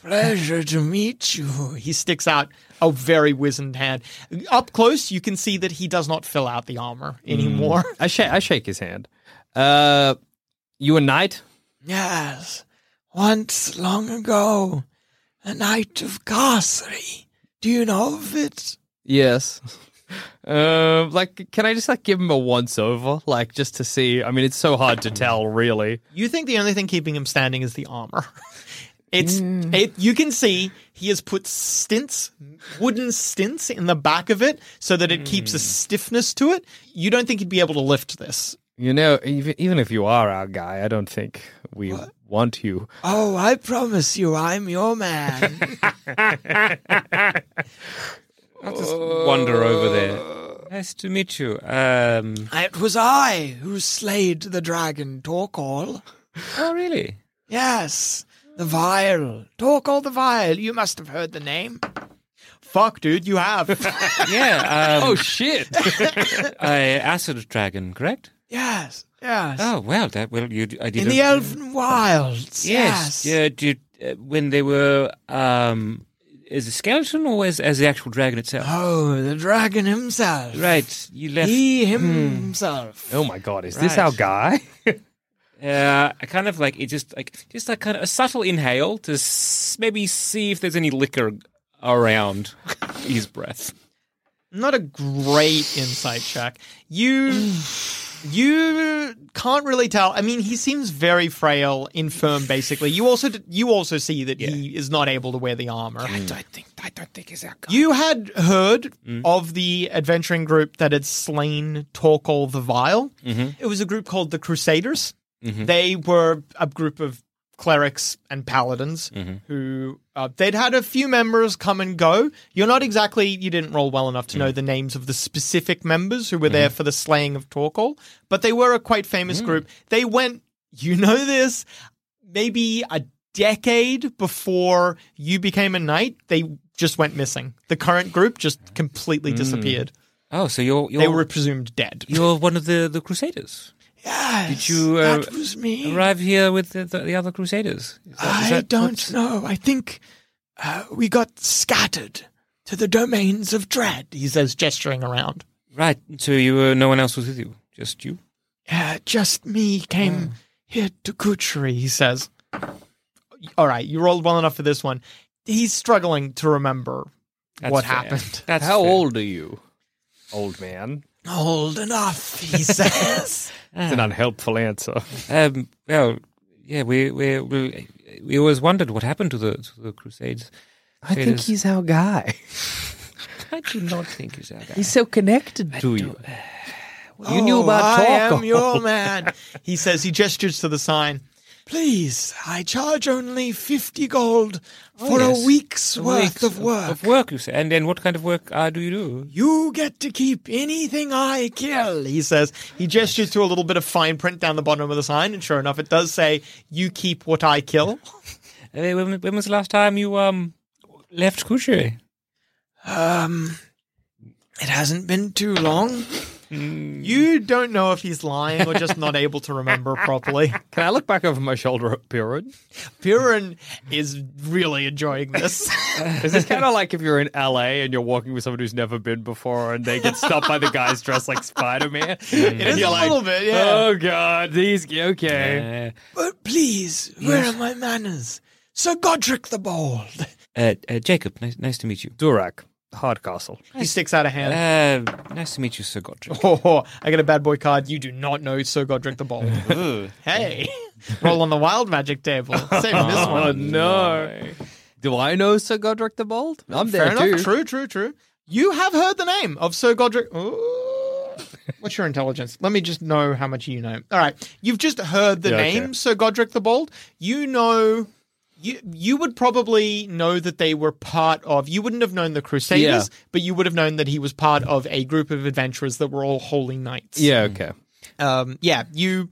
S12: Pleasure to meet you. (laughs) He sticks out a very wizened hand. Up close, you can see that he does not fill out the armor anymore. (laughs)
S13: Mm. I, sha- I shake his hand. Uh, you a knight?
S14: Yes, once long ago, a knight of Carcery. Do you know of it?
S13: Yes. (laughs) Uh, like, can I just like give him a once over, like just to see? I mean, it's so hard to tell, really.
S12: You think the only thing keeping him standing is the armor. (laughs) It's it, you can see he has put stints, wooden stints in the back of it so that it keeps a stiffness to it. You don't think he'd be able to lift this.
S13: You know, even even if you are our guy, I don't think we want you.
S14: Oh, I promise you, I'm your man.
S12: (laughs)
S1: Wander over there. Nice to meet you. Um,
S14: it was I who slayed the dragon Torkoal.
S1: Oh, really?
S14: Yes, the vile. Torkoal the vile. You must have heard the name.
S12: Fuck, dude,
S1: (laughs)
S12: you have.
S1: yeah. Um,
S13: oh
S1: (laughs)
S13: shit!
S1: I acid dragon, correct?
S14: Yes, yes.
S1: Oh well, that well you I did
S14: In the Elven Wilds.
S1: Yes, yeah. Did, uh, when they were um, as a skeleton or as as the actual dragon itself?
S14: Oh, the dragon himself.
S1: Right, you left.
S14: He
S1: Hmm.
S14: himself.
S13: Oh my god, is this
S1: Right.
S13: our guy? (laughs)
S1: Uh, I kind of like it, just like just like kind of a subtle inhale to s- maybe see if there's any liquor around his breath.
S12: Not a great insight check. You you can't really tell. I mean, he seems very frail, infirm basically. You also you also see that he is not able to wear the armor. Mm. I don't think
S1: I don't think it's our.
S12: You had heard of the adventuring group that had slain Torkoal the Vile.
S1: Mhm.
S12: It was a group called the Crusaders.
S1: Mhm.
S12: They were a group of clerics and paladins
S1: Mhm.
S12: who uh, they'd had a few members come and go. You're not exactly, you didn't roll well enough to know the names of the specific members who were there for the slaying of Torkoal, but they were a quite famous group. They went, you know this. maybe a decade before you became a knight, they just went missing. The current group just completely
S1: Mm.
S12: disappeared.
S1: Oh, so you're, you're
S12: They were presumed dead.
S1: You're one of the the Crusaders.
S14: Yes,
S1: Did you uh,
S14: that was me.
S1: arrive here with the, the, the other Crusaders? Is that- is
S14: I
S1: that
S14: don't
S1: what's-
S14: know. I think uh, we got scattered to the domains of dread.
S12: He says, gesturing around.
S1: Right. So you were no one else was with you, just you.
S12: Uh, just me came
S1: Mm.
S12: here to Kutri, he says. All right, you rolled well enough for this one. He's struggling to remember
S6: That's
S12: what
S6: fair.
S12: happened.
S1: (laughs)
S6: That's How fair. old are you, old man?
S14: Old enough, he says.
S6: It's an unhelpful answer.
S1: Um, well, yeah, we we we, we always wondered what happened to the to the Crusades.
S13: I think
S1: Crusaders.
S13: he's our guy.
S1: I do not think he's out.
S13: He's so connected to you. You knew
S12: Oh,
S13: about
S12: I
S13: Torkoal.
S12: am your man. he says he gestures to the sign.
S14: Please, I charge only 50 gold for a
S1: yes.
S14: week's
S1: A
S14: worth
S1: week's
S14: of work.
S1: Of work, you say. And then what kind of work uh, do you do?
S12: You get to keep anything I kill, he says. He gestures to a little bit of fine print down the bottom of the sign, and sure enough, it does say, You keep what I kill.
S1: Uh, when, when was the last time you um left Kuche?
S14: Um, it hasn't been too long.
S12: You don't know if he's lying or just not able
S6: (laughs)
S12: to remember properly.
S6: Can I look back over my shoulder at Piran?
S12: Piran is really enjoying this.
S6: (laughs) Is this kind of like if you're in LA and you're walking with someone who's never been before and they get stopped by the guys dressed like Spider Man?
S12: (laughs) It is a little bit, yeah.
S6: Oh, God, these, okay.
S14: But please, where
S1: Yes.
S14: are my manners? Sir Godric the Bold.
S1: Uh, uh, Jacob, nice, nice to meet you.
S6: Durak, Hardcastle.
S12: He sticks out a hand.
S1: Uh, nice to meet you, Sir Godric.
S12: Oh, I got a bad boy card. You do not know Sir Godric the Bold. hey, (laughs) roll on the wild magic table. Saving this one.
S6: Oh, no. Do I know Sir Godric the Bold? I'm
S12: Fair
S6: there too.
S12: enough. True, true, true. You have heard the name of Sir Godric. Ooh. What's your intelligence? Let me just know how much you know. All right, you've just heard the
S6: Yeah, okay.
S12: name Sir Godric the Bold. You know. You, you would probably know that they were part of. You wouldn't have known the Crusaders,
S6: Yeah.
S12: but you would have known that he was part of a group of adventurers that were all holy knights.
S6: Yeah, okay.
S12: Um, yeah, you.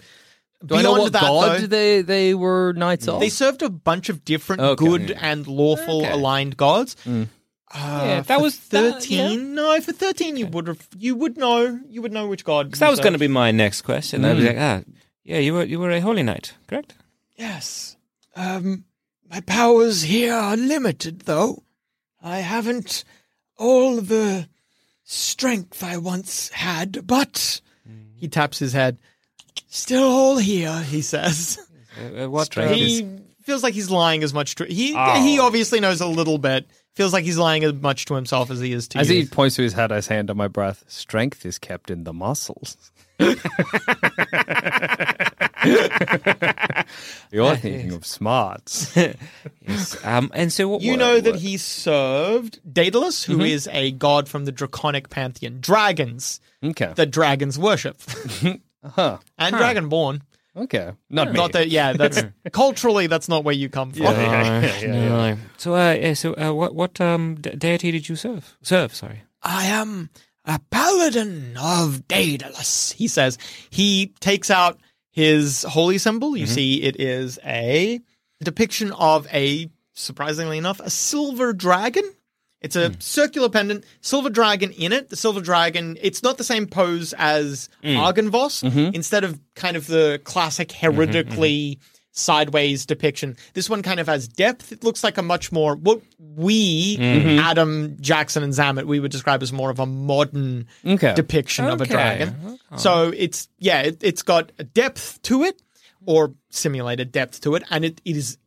S6: Do I know what
S12: that,
S6: god
S12: though-
S6: they, they were knights of?
S12: they served a bunch of different
S6: Okay.
S12: good and lawful aligned gods. Uh,
S1: Mm. Yeah, that
S12: for
S1: was- that-
S12: thirteen. No, for thirteen, you would have, you would know you would know which god.
S1: Because that was
S12: you
S1: going to
S12: served.
S1: be my next question. I'd be
S12: Mm.
S1: like, ah, yeah, you were you were a holy knight, correct?
S14: Yes. Um, my powers here are limited, though. I haven't all the strength I once had, but
S12: He taps his head.
S14: still all here.
S12: He (laughs) says
S1: Uh, uh, what? uh,
S12: he feels like he's lying as much to he. He obviously knows a little bit. Feels like he's lying as much to himself as he is to
S6: As
S12: you.
S6: he points to his head, I say under my breath, strength is kept in the muscles. You're thinking of smarts.
S1: yes. Um, and so what?
S12: you
S1: what-
S12: know that
S1: what-
S12: he served Daedalus, who is
S1: Mhm.
S12: a god from the draconic pantheon. Dragons.
S6: Okay.
S12: The dragons worship.
S6: (laughs) huh.
S12: And
S6: Uh-huh. Huh.
S12: dragonborn.
S6: Okay. Not me.
S12: Not that,
S6: (laughs)
S12: yeah, that's culturally, that's not where you come from.
S6: Yeah, yeah, yeah, yeah, yeah.
S1: No. So, uh, yeah, so uh, what what um, de- deity did you serve? Serve, sorry.
S14: I am a paladin of Daedalus.
S12: He says he takes out his holy symbol.
S6: Mm-hmm.
S12: You see, it is a depiction of a, surprisingly enough, a silver dragon. It's
S6: Hmm.
S12: a circular pendant, silver dragon in it. The silver dragon, it's not the same pose as
S6: Hmm.
S12: Argenvoss.
S6: Mm-hmm.
S12: Instead of kind of the classic heretically
S6: mm-hmm.
S12: sideways depiction, this one kind of has depth. It looks like a much more, what we,
S6: Mhm.
S12: Adam, Jackson, and Zamet, we would describe as more of a modern
S6: Okay.
S12: depiction of a
S6: Okay.
S12: dragon. So it's yeah, it, it's got a depth to it, or simulated depth to it, and it, it is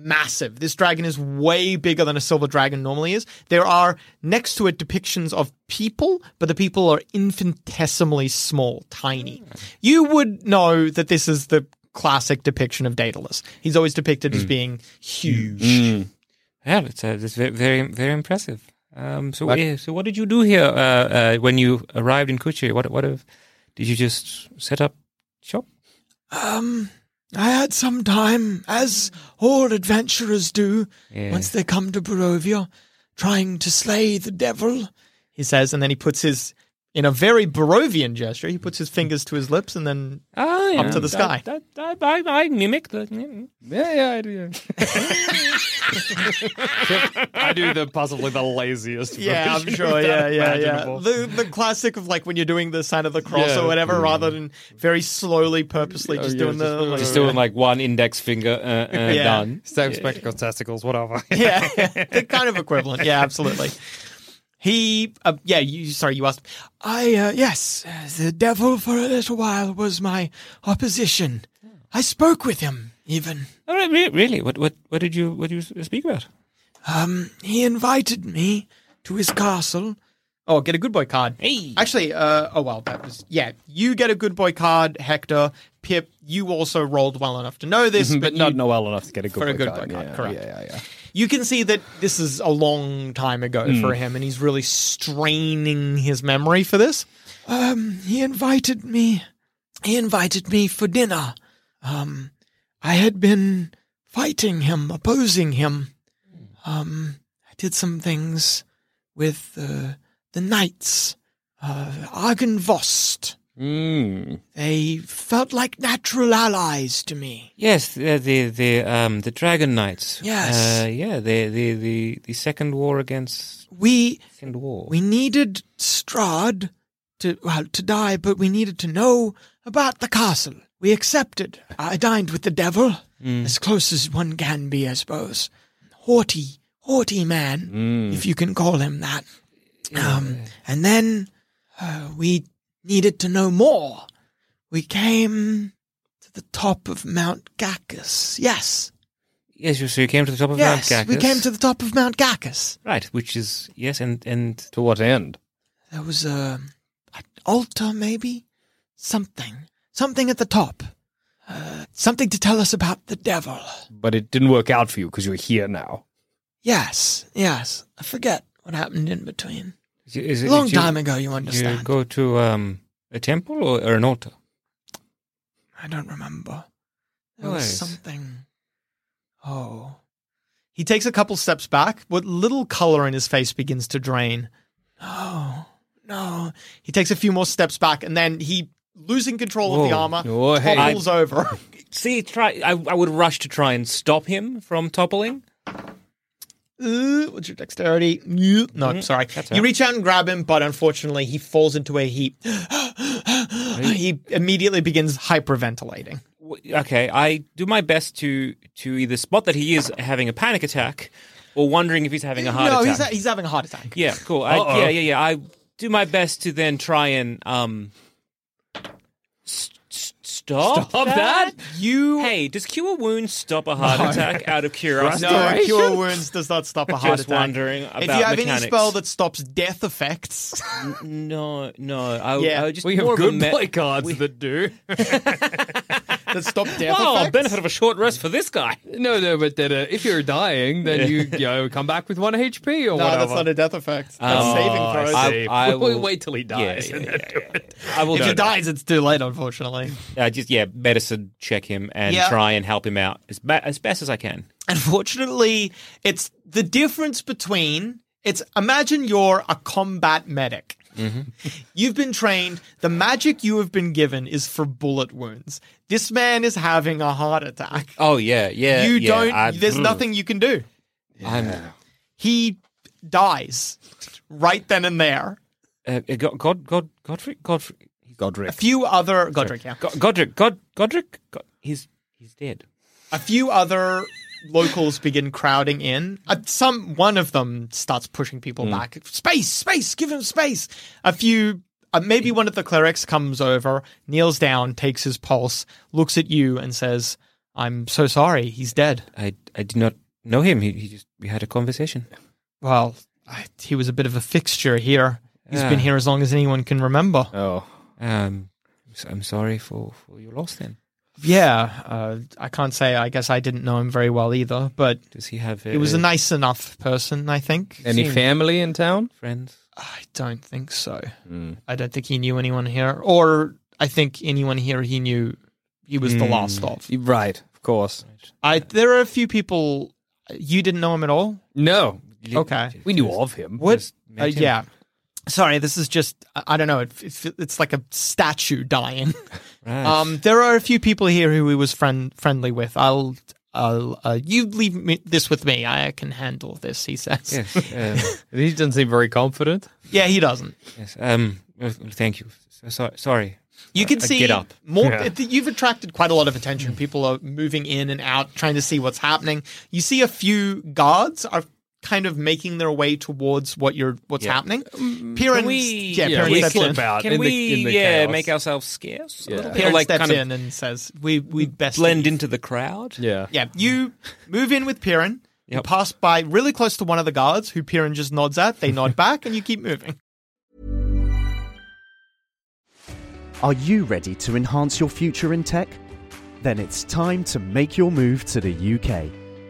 S12: massive. This dragon is way bigger than a silver dragon normally is. There are next to it depictions of people, but the people are infinitesimally small, tiny. You would know that this is the classic depiction of Daedalus. He's always depicted as being huge.
S1: Yeah, it's, uh, it's ve- very very impressive. Um, so, yeah, so what did you do here uh, uh, when you arrived in Kuchi? What what have, did you just set up shop?
S14: Um, I had some time, as all adventurers do,
S1: Yeah.
S14: once they come to Barovia, trying to slay the devil.
S12: he says, and then he puts his in a very Barovian gesture, he puts his fingers to his lips
S1: (laughs)
S12: and then
S1: Ah, yeah.
S12: up to the sky.
S1: I, I, I, I mimic the. Yeah, yeah, I do.
S6: I do the possibly the laziest.
S12: yeah, I'm
S6: version of
S12: sure. Yeah,
S6: that
S12: yeah, yeah.
S6: imaginable.
S12: The the classic of like when you're doing the sign of the cross
S6: Yeah.
S12: or whatever, rather than very slowly, purposely just doing the like,
S1: Mm. Oh, Just doing like one index finger uh, uh,
S12: (laughs) Yeah.
S1: down.
S6: Same spectacles, testicles, whatever.
S12: (laughs) yeah, yeah. They're kind of equivalent. Yeah, absolutely. He, uh, yeah, you. Sorry, you asked.
S14: I, uh, yes, uh, the devil for a little while was my opposition. I spoke with him, even.
S1: All right, Oh, re- really? What what what did you what did you speak about?
S14: Um, he invited me to his castle.
S12: Oh, get a good boy card.
S1: Hey.
S12: Actually, uh, oh well, that was yeah. You get a good boy card, Hector. Pip, you also rolled well enough to know this,
S13: Mhm,
S12: but,
S13: but
S12: you,
S13: not know well enough to get a good
S12: for a
S13: boy
S12: good
S13: card.
S12: boy card.
S13: Yeah,
S12: correct.
S13: yeah, yeah, yeah.
S12: You can see that this is a long time ago
S14: Hmm.
S13: Mm.
S12: for him, and he's really straining his memory for this.
S14: Um, he invited me. He invited me for dinner. Um, I had been fighting him, opposing him. Um, I did some things with uh, the knights, uh, Argenvost.
S12: Hmm.
S1: Mm.
S14: They felt like natural allies to me.
S1: Yes, the the the, um, the Dragon Knights.
S14: Yes.
S1: Uh, yeah, the, the the the second war against
S14: We
S1: second war.
S14: we needed Strahd to well to die, but we needed to know about the castle. We accepted. I dined with the devil,
S1: Mm.
S14: as close as one can be, I suppose. Haughty, haughty man,
S1: Mm.
S14: if you can call him that. Um, and then uh, we needed to know more. We came to the top of Mount Gacchus. Yes,
S1: Yes, you- so you came to the top of
S14: yes,
S1: Mount Cactus.
S14: we came to the top of Mount Gacchus.
S1: right, which is yes, and and
S6: to what end?
S14: There was uh, a an altar, maybe something, something at the top, uh, something to tell us about the devil.
S6: But it didn't work out for you because you're here now.
S14: Yes, yes. I forget what happened in between.
S1: Is
S14: Long
S1: did you-
S14: time ago, you
S1: did
S14: understand.
S1: You go to um, a temple or, or an altar.
S14: I don't remember. There was
S1: Nice.
S14: something. Oh,
S12: He takes a couple steps back. What little color in his face begins to drain. Oh,
S14: no, no.
S12: He takes a few more steps back, and then he, losing control of the
S1: Whoa.
S12: armor,
S1: Whoa, hey.
S12: topples
S1: I-
S12: over.
S1: (laughs) See, try. I, I would rush to try and stop him from toppling.
S12: Ooh, what's your dexterity? Yeah. No, I'm sorry.
S1: Mm-hmm. That's
S12: You
S1: right.
S12: reach out and grab him, but unfortunately, he falls into a heap. he immediately begins hyperventilating.
S1: W- Okay, I do my best to to either spot that he is having a panic attack, or wondering if he's having a heart
S12: no,
S1: attack.
S12: He's, he's having a heart attack.
S1: Yeah, cool. I,
S12: Uh-oh.
S1: yeah, yeah, yeah. I do my best to then try and um st- st- stop,
S12: Stop that?
S1: You hey, does cure wound stop a heart
S12: No.
S1: attack? Out of curiosity,
S12: No, cure wounds does
S1: (laughs)
S12: not stop a heart
S1: Just
S12: attack.
S1: wondering
S12: if you
S1: about
S12: have
S1: mechanics.
S12: any spell that stops
S1: (laughs)
S12: death effects,
S1: no, no. I,
S12: Yeah.
S1: I would just
S12: We have
S1: more of a
S12: good
S1: me- Oh,
S12: play
S6: cards that do.
S12: that stop death
S1: Oh, I'll
S12: effects.
S1: benefit of a short rest for this guy.
S6: No, no, but then uh, if you're dying, then you, you know, come back with one HP or (laughs)
S12: no,
S6: whatever.
S12: that's not a death effect. That's
S6: Um, Oh,
S12: saving throws.
S6: I
S1: I,
S6: see.
S1: I
S6: We'll
S1: will,
S6: wait till he dies
S1: Yeah,
S6: and
S1: yeah,
S6: then
S1: yeah, yeah. I will.
S12: if
S1: do
S12: he
S1: that.
S12: dies, it's too late, unfortunately.
S1: uh, just yeah, medicine check him and
S12: Yeah.
S1: try and help him out as ba- as best as I can.
S12: Unfortunately, it's the difference between it's imagine you're a combat medic.
S1: Mm-hmm.
S12: (laughs) You've been trained, the magic you have been given is for bullet wounds. This man is having a heart attack.
S1: Oh yeah, yeah.
S12: you
S1: yeah,
S12: don't
S1: I- mm.
S12: there's nothing you can do.
S1: I'm
S12: He dies right then and there.
S1: Uh, uh, God, God, God, Godric, Godric, Godric,
S12: A few other Godric, yeah.
S1: Go- Godric, God, Godric. God, he's he's dead.
S12: A few other locals begin crowding in. Uh, some one of them starts pushing people back. Space, space, give him space. A few, uh, maybe one of the clerics comes over, kneels down, takes his pulse, looks at you, and says, "I'm so sorry. He's dead."
S1: I I did not know him. He, he just we had a conversation.
S12: Well, I, he was a bit of a fixture here. He's
S1: Yeah.
S12: been here as long as anyone can remember.
S6: Oh.
S1: Um, so I'm sorry for for your loss. Then
S12: Yeah, uh, I can't say. I guess I didn't know him very well either, but
S1: does he have? Uh,
S12: he was a nice enough person, I think.
S6: Any
S12: Seemed-
S6: family in town?
S1: friends.
S12: I don't think so.
S6: Mm.
S12: I don't think he knew anyone here, or I think anyone here he knew he was the
S6: Mm.
S12: last of.
S6: Right, of course.
S12: I there are a few people you didn't know him at all.
S6: No.
S12: Okay,
S6: We knew of him.
S12: what?
S1: Just
S12: Uh,
S1: met him.
S12: yeah, Sorry, this is just I I don't know. It, it, it's like a
S6: (laughs)
S12: statue dying. Um, there are a few people here who he was friend friendly with. I'll, I'll uh, you leave me, this with me. I can handle this. He says. (laughs)
S6: Yes, um, he doesn't seem very confident.
S12: yeah, he doesn't.
S1: Yes. Um. uh, Thank you. So, so, sorry.
S12: You can
S1: I- I
S12: see
S1: Uh, get up.
S12: more.
S1: Yeah. Mm.
S12: th- You've attracted quite a lot of attention. People are moving in and out, trying to see what's happening. You see a few guards are kind of making their way towards what you're what's happening. Piran,
S1: Um, Can we-
S12: yeah,
S1: yeah,
S12: Piran
S1: we
S12: steps
S1: slip
S12: in.
S1: out Can in the- we, in the yeah, chaos. make ourselves scarce a Yeah. little bit?
S12: Piran
S1: Or, like,
S12: steps
S1: kind of
S12: in and says, "We we best
S1: blend into the crowd."
S6: Yeah.
S12: yeah, you move in with Piran. You
S1: Yep.
S12: pass by really close to one of the guards, who Piran just nods at. They
S1: (laughs)
S12: nod back, and you keep moving.
S2: Are you ready to enhance your future in tech? Then it's time to make your move to the UK,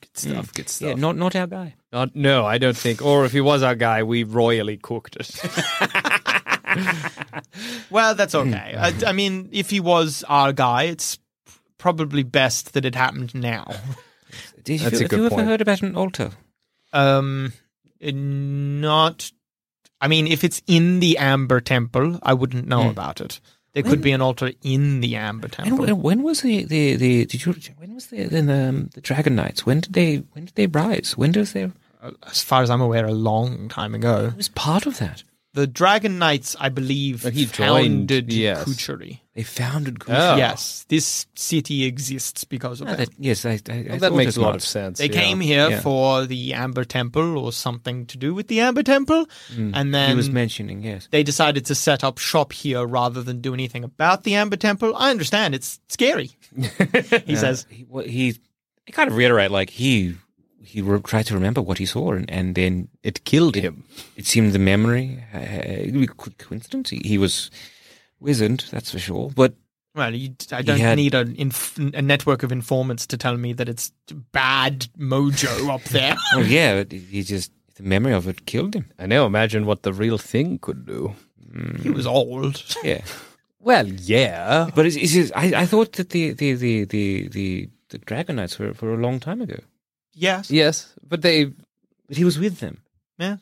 S6: Good stuff. Good stuff.
S1: Yeah, not not our guy.
S6: Not, Uh, no, I don't think. Or if he was our guy, we royally cooked it.
S12: (laughs) Well, that's okay. I, I mean, if he was our guy, it's probably best that it happened now.
S1: Did you, have you ever heard about an altar?
S12: Um, not. I mean, if it's in the Amber Temple, I wouldn't know
S1: Hmm.
S12: about it. There
S1: When-
S12: could be an altar in the Amber
S1: And
S12: Temple.
S1: when, when was the, the, the did you when was the the, um, the Dragon Knights? When did they when did they rise? When does their
S12: as far as I'm aware, a long time ago. It
S1: was part of that.
S12: The Dragon Knights, I believe,
S6: But he joined,
S12: founded
S6: yes.
S12: Kuchari.
S1: They founded
S6: Kuchari. Oh.
S12: Yes, this city exists because of
S1: Ah,
S12: that.
S1: that- yes, I- I- I Well, that
S6: thought makes it a lot was. of sense,
S12: They
S6: yeah.
S12: came here
S1: Yeah.
S12: for the Amber Temple or something to do with the Amber Temple,
S1: Mm,
S12: and then
S1: he was mentioning yes.
S12: they decided to set up shop here rather than do anything about the Amber Temple. I understand it's
S1: (laughs)
S12: scary. he
S1: Uh,
S12: says,
S1: he, what he I kind of reiterate like he he re- tried to remember what he saw and, and then it killed him. It seemed the memory uh, it was co- coincidence. He, he was wizard, that's for sure. But
S12: "Well, you, I
S1: He
S12: don't
S1: had-
S12: need an inf- a network of informants to tell me that it's bad mojo up
S1: (laughs)
S12: there." (laughs)
S1: oh yeah, but he just the memory of it killed him.
S6: I know. Imagine what the real thing could do.
S12: He was old.
S1: Yeah.
S6: Well, yeah,
S1: but it's, it's just, I, I thought that the the the the the, the Dragonites were for a long time ago.
S12: Yes.
S6: Yes, but they. But
S1: he was with them.
S12: Yeah.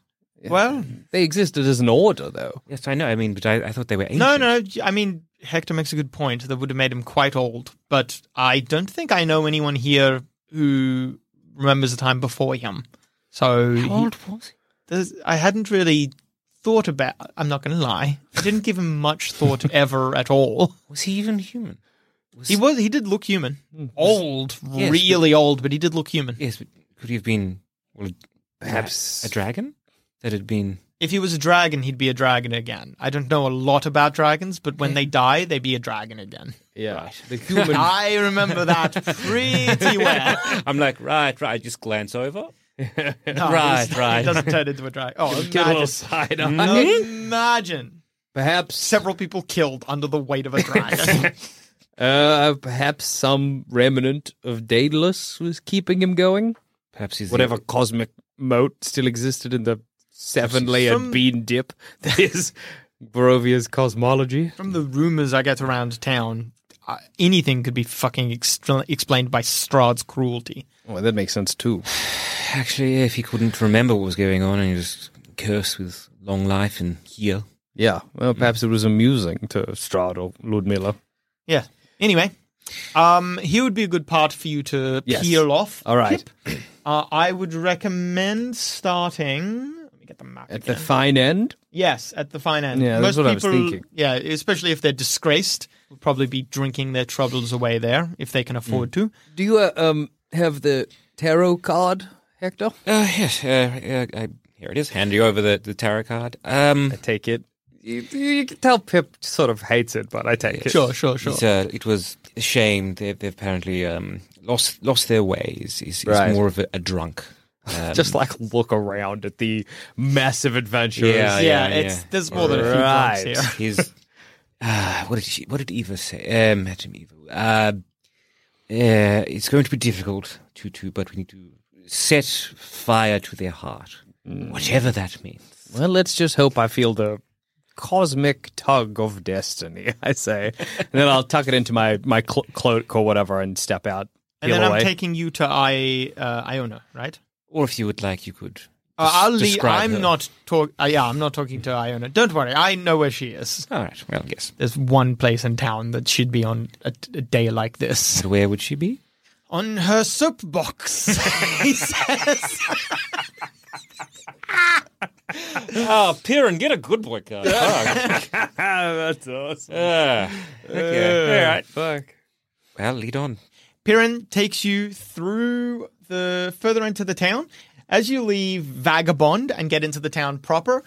S12: Well,
S6: they existed as an order, though.
S1: Yes, I know. I mean, but I, I thought they were ancient.
S12: No, no. I mean, Hector makes a good point that would have made him quite old, but I don't think I know anyone here who remembers the time before him. So
S1: How old was
S12: he? I hadn't really thought about. I'm not going to lie. I didn't give him much thought
S1: (laughs)
S12: ever at all.
S1: Was he even human?
S12: he was. He did look human. Old,
S1: Hmm. Yes,
S12: really old, but he did look human.
S1: Yes, but could he have been? Well, perhaps a dragon that had been.
S12: If he was a dragon, he'd be a dragon again. I don't know a lot about dragons, but when they die, they be a dragon
S1: (laughs)
S12: again.
S6: Yeah, the human.
S12: I remember that pretty well.
S1: I'm like right, right. Just glance over. right,
S12: (laughs) No,
S1: right.
S12: it's- It doesn't turn into a dragon. Oh,
S6: (laughs) Give
S12: imagine.
S6: a little side
S1: Hmm?
S6: eye.
S12: Mm, Imagine.
S6: Perhaps
S12: several people killed under the weight of
S6: (laughs)
S12: a dragon.
S6: Uh, perhaps some remnant of Daedalus was keeping him going.
S1: Perhaps he's
S6: whatever cosmic moat still existed in the seven-layered
S12: Some-
S6: bean dip (laughs) that is Barovia's cosmology.
S12: From the rumors I get around town, uh, anything could be fucking extl- explained by Strahd's cruelty.
S6: Well, that makes sense too.
S1: Actually, yeah, if he couldn't remember what was going on and he was cursed with long life and here.
S6: Yeah, well, perhaps it was amusing to Strad or Ludmilla.
S12: Yeah. Anyway, um, he would be a good part for you to
S6: Yes.
S12: peel off.
S6: All right.
S12: Pip. Uh, I would recommend starting. Let me get the map.
S6: At the fine end,
S12: Yes, at the fine end.
S6: Yeah, that's what I was thinking.
S12: Yeah, especially if they're disgraced, will probably be drinking their troubles away there if they can afford to.
S6: do you uh, um have the tarot card, Hector?
S1: Uh, yes, uh, uh, I, here it is. Hand you over the, the tarot card. Um, I
S6: take it. You, you can tell Pip sort of hates it, but I take it.
S1: It's, uh, it was a shame. They, they apparently um, lost lost their ways. Is
S6: Right.
S1: more of a, a drunk. Um,
S6: Just like look around at the massive adventures.
S1: yeah, yeah, yeah.
S6: Right.
S1: He's (sighs) Ah, what did she? What did Eva say? Um, Madam Eva. Uh, uh, it's going to be difficult, Tutu, but we need to set fire to their heart, whatever that means.
S10: Well, let's just hope I feel the cosmic tug of
S6: (laughs)
S10: destiny, I say. and then I'll tuck it into my, my clo- cloak or whatever and step out.
S12: And
S10: peel
S12: then
S10: away.
S12: I'm taking you to I uh, Iona, right?
S1: Or if you would like, you could.
S12: Uh, I'll leave.
S1: describe
S12: I'm
S1: her.
S12: not talk. Uh, yeah, I'm not talking to Iona. Don't worry, I know where she is. (laughs)
S1: All right. Well, yes.
S12: There's one place in town that should be on a, a day like this.
S1: And where would she be?
S12: On her soapbox, (laughs) he says.
S1: Ah, Piran, get a good boy card. (laughs)
S10: That's awesome.
S1: okay.
S12: Uh,
S1: Ah. All right. Fuck. Well, lead on.
S12: Piran takes you through the further into the town. As you leave Vagabond and get into the town proper,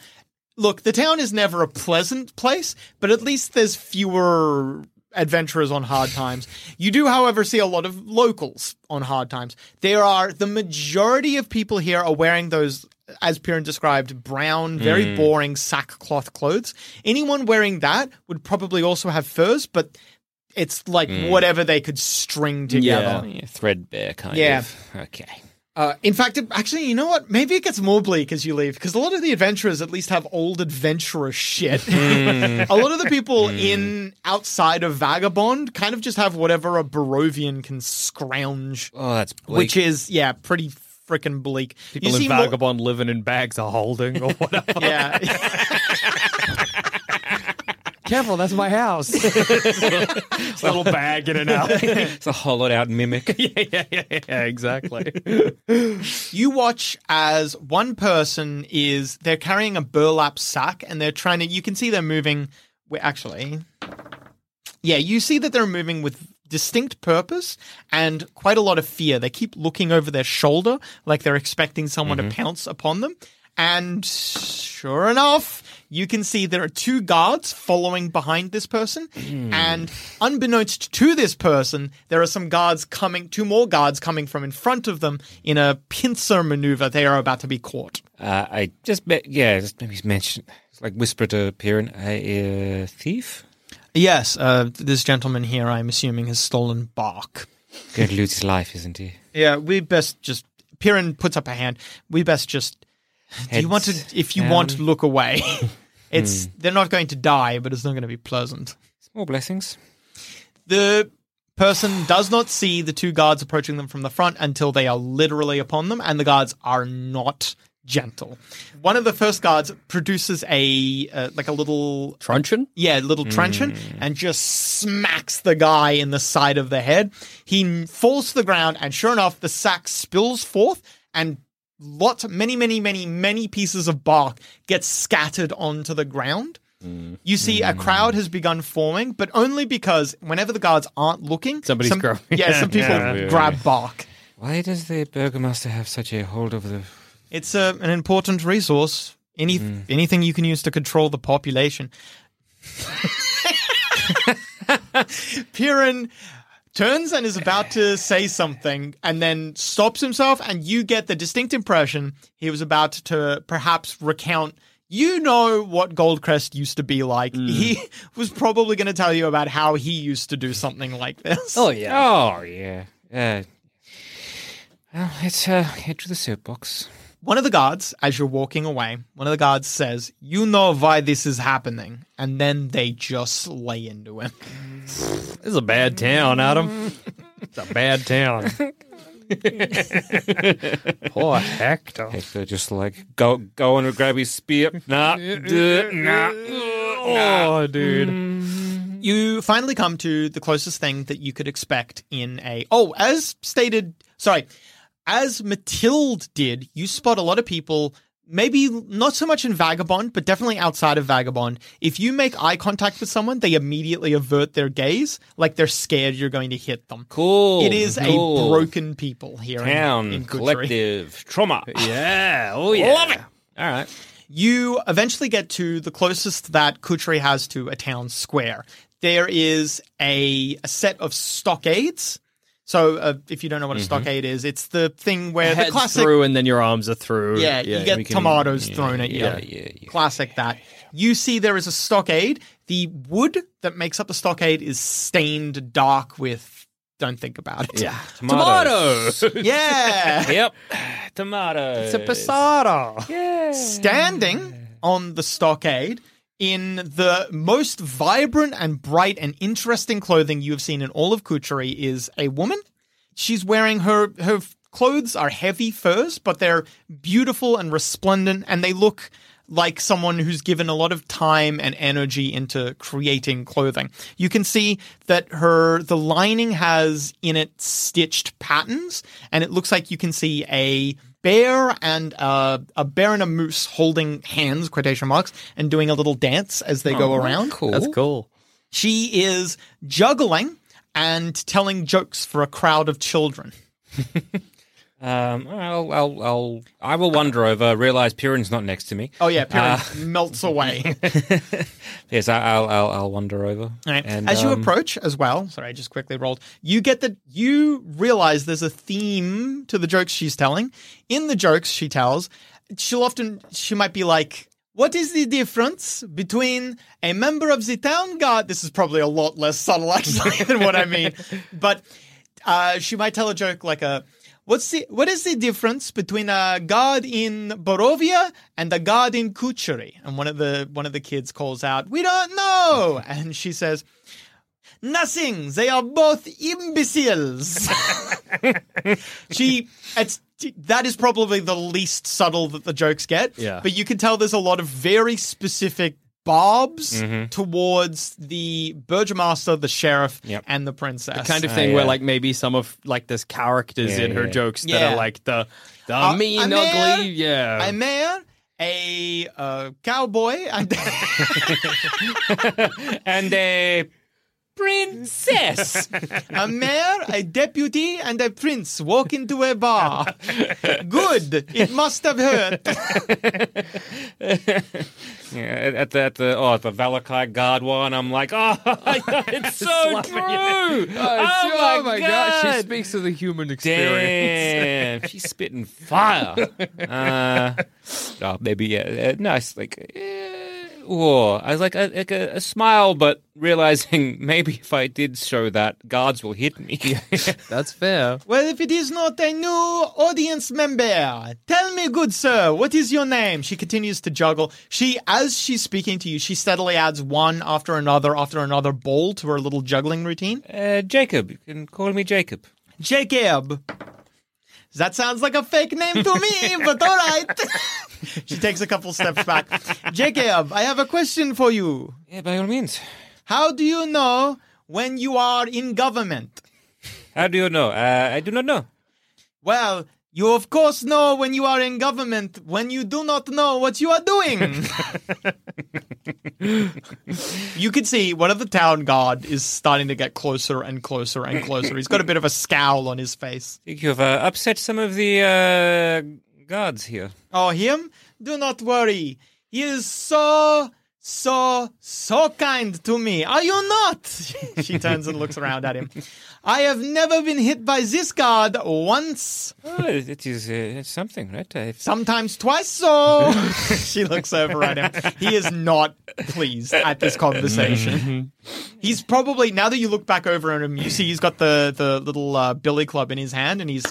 S12: look, the town is never a pleasant place, but at least there's fewer adventurers on hard times. You do, however, see a lot of locals on hard times. There are the majority of people here are wearing those, as Piran described, brown, very
S15: Mm.
S12: boring sackcloth clothes. Anyone wearing that would probably also have furs, but it's like
S1: Mm.
S12: whatever they could string together.
S1: Oh, Yeah, yeah, threadbare kind
S12: Yeah.
S1: of. Okay.
S12: Uh, in fact, it- actually, you know what? Maybe it gets more bleak as you leave because a lot of the adventurers at least have old adventurer shit.
S15: Mm.
S12: (laughs) a lot of the people in outside of Vagabond kind of just have whatever a Barovian can scrounge.
S1: Oh, that's
S10: bleak.
S12: Which is, yeah, pretty freaking bleak. You
S10: People in
S12: see more-
S10: Vagabond living in bags of holding or whatever.
S12: yeah. (laughs)
S10: Careful, that's my
S1: (laughs)
S10: house. it's a little bag in and out.
S1: it's a hollowed out mimic.
S10: (laughs) yeah, yeah, yeah, yeah, exactly.
S12: you watch as one person is they're carrying a burlap sack and they're trying to you can see they're moving wi- actually yeah you see that they're moving with distinct purpose and quite a lot of fear they keep looking over their shoulder like they're expecting someone
S15: Mhm.
S12: to pounce upon them and sure enough you can see there are two guards following behind this person and unbeknownst to this person, there are some guards coming, two more guards coming from in front of them in a pincer maneuver. They are about to be caught.
S1: Uh, I just bet. Yeah, just maybe mention, like whisper to Piran, a uh, thief.
S12: Yes, uh, this gentleman here, I'm assuming, has stolen bark.
S1: Going to lose his life, isn't he?
S12: Yeah, we best just. Piran puts up a hand. We best just. do you want to?
S1: Heads
S12: If you want,
S1: down. (laughs)
S12: look away. it's they're not going to die, but it's not going to be pleasant.
S1: Small blessings.
S12: The person does not see the two guards approaching them from the front until they are literally upon them, and the guards are not gentle. One of the first guards produces a uh, like a little
S10: truncheon,
S12: yeah, a little truncheon, and just smacks the guy in the side of the head. He n- falls to the ground, and sure enough, the sack spills forth and. Lots, many, many, many, many pieces of bark get scattered onto the ground. You see, a crowd has begun forming, but only because whenever the guards aren't looking,
S10: Somebody's
S12: some,
S10: grabbing-
S12: Yeah, some people
S1: Yeah.
S12: grab bark.
S1: Why does the burgomaster have such a hold over the?
S12: It's a, an important resource. Any
S1: Hmm.
S12: anything you can use to control
S1: (laughs)
S12: the population. Piran turns and is about to say something, and then stops himself, and you get the distinct impression he was about to perhaps recount. You know what Goldcrest used to be like. He (laughs) was probably going to tell you about how he used to do something like this.
S10: Oh, yeah.
S1: Oh yeah. Uh, well, let's uh, head to the soapbox.
S12: One of the guards, as you're walking away, one of the guards says, You know why this is happening. And then they just lay into him.
S10: This is a bad town,
S6: (laughs)
S10: Adam. It's a bad town. Poor Hector.
S1: Hector just like go go and grab his spear. Nah, duh, nah.
S12: Oh, dude. Mm-hmm. You finally come to the closest thing that you could expect in a. Oh, as stated, sorry, as Mathilde did, you spot a lot of people, maybe not so much in Vagabond, but definitely outside of Vagabond. If you make eye contact with someone, they immediately avert their gaze, like they're scared you're going to hit them.
S1: Cool.
S12: It is
S1: cool.
S12: a broken people here. in-
S1: town
S12: in, Guthrie.
S1: collective trauma.
S10: Yeah.
S12: Oh, yeah.
S1: Love it. All right.
S12: you eventually get to the closest that Kutri has to a town square. There is a, a set of stockades. So uh, if you don't know what a stockade is, it's the thing where the
S6: Mm-hmm. Head's
S12: classic
S6: through and then your arms are through.
S12: yeah, you get
S6: we can-
S12: tomatoes
S6: yeah,
S12: thrown at you.
S6: Yeah, yeah,
S12: Classic that. You see, there is a stockade. The wood that makes up the stockade is stained dark with. Don't think about it.
S6: Yeah.
S12: tomatoes.
S6: Tomatoes.
S12: yeah.
S6: yep. Tomatoes.
S12: It's a passata. Standing on the stockade in the most vibrant and bright and interesting clothing you have seen in all of Kuchery is a woman. She's wearing her her clothes are heavy furs, but they're beautiful and resplendent, and they look like someone who's given a lot of time and energy into creating clothing. You can see that her the lining has in it stitched patterns, and it looks like you can see a bear and uh, a bear and a moose holding hands quotation marks and doing a little dance as they go
S6: Oh,
S12: around.
S6: cool. That's
S12: cool. She is juggling and telling jokes for a crowd of children.
S1: Um, I'll, I'll, I'll, I will wander over. Realize Piran's not next to me.
S12: Oh yeah, Perrin
S1: Uh,
S12: melts away.
S1: yes, I, I'll, I'll, I'll wander over.
S12: All right.
S1: And,
S12: as you
S1: (laughs) um,
S12: approach as well, sorry, I just quickly rolled. You get that you realize there's a theme to the jokes she's telling. In the jokes she tells, she'll often she might be like, "What is the difference between a member of the town guard?" This is probably a lot less subtle actually (laughs) than what I mean, but uh, she might tell a joke like a. What's the, what is the difference between a god in Borovia and a god in Kuchery? And one of the one of the kids calls out, "We
S6: (laughs)
S12: don't know," and she says, "Nothing. They are both
S6: (laughs)
S12: imbeciles." she, it's that is probably the least subtle that the jokes get.
S6: Yeah.
S12: but you can tell there's a lot of very specific barbs
S6: Mhm.
S12: towards the burgomaster, the sheriff, and the princess.
S6: The kind of thing where like maybe some of like there's characters
S12: Yeah,
S6: in her
S12: yeah.
S6: jokes that
S12: Yeah.
S6: are like the the
S12: Uh,
S6: mean
S12: a man-
S6: ugly yeah
S1: Um,
S12: a man, a uh, cowboy, (laughs) and
S1: and a
S12: princess. (laughs) a mayor, a deputy, and a prince walk into a bar. Good. It must have hurt.
S1: Yeah, at at the, at the oh at the Valakai guard one, I'm like, oh, it's so true. Oh, my, god.
S10: She speaks of the human
S1: Damn,
S10: experience.
S1: she's spitting fire. Uh, oh, maybe yeah, uh, nice. Like, eh, oh, I was like a, like a, a smile, but realizing maybe if I did show that, guards will hit me.
S10: That's fair.
S12: Well, if it is not a new audience member, tell me, good sir, what is your name? She continues to juggle. She, as she's speaking to you, she steadily adds one after another after another ball to her little juggling routine.
S1: Uh, Jacob, you can call me Jacob.
S12: Jacob. That sounds like a fake name to (laughs) me, but all right. she takes a couple steps back. Jacob, I have a question for you.
S1: Yeah, by all means.
S12: How do you know when you are in government?
S1: How do you know? Uh, I do not know.
S12: Well, you of course know when you are in government when you do not know what you are doing. (laughs) you can see one of the town guard is starting to get closer and closer and closer. He's got a bit of a scowl on his face.
S1: Think you've uh, upset some of the uh, guards here.
S12: Oh, him? Do not worry. He is so, so, so kind to me. Are you not? (laughs) she turns and looks around at him. I have never been hit by this guard once.
S1: Oh, it is uh, it's something, right? I
S12: Sometimes twice so. she looks over at him. He is not pleased at this conversation. he's probably, now that you look back over at him, you see he's got the, the little uh, billy club in his hand and he's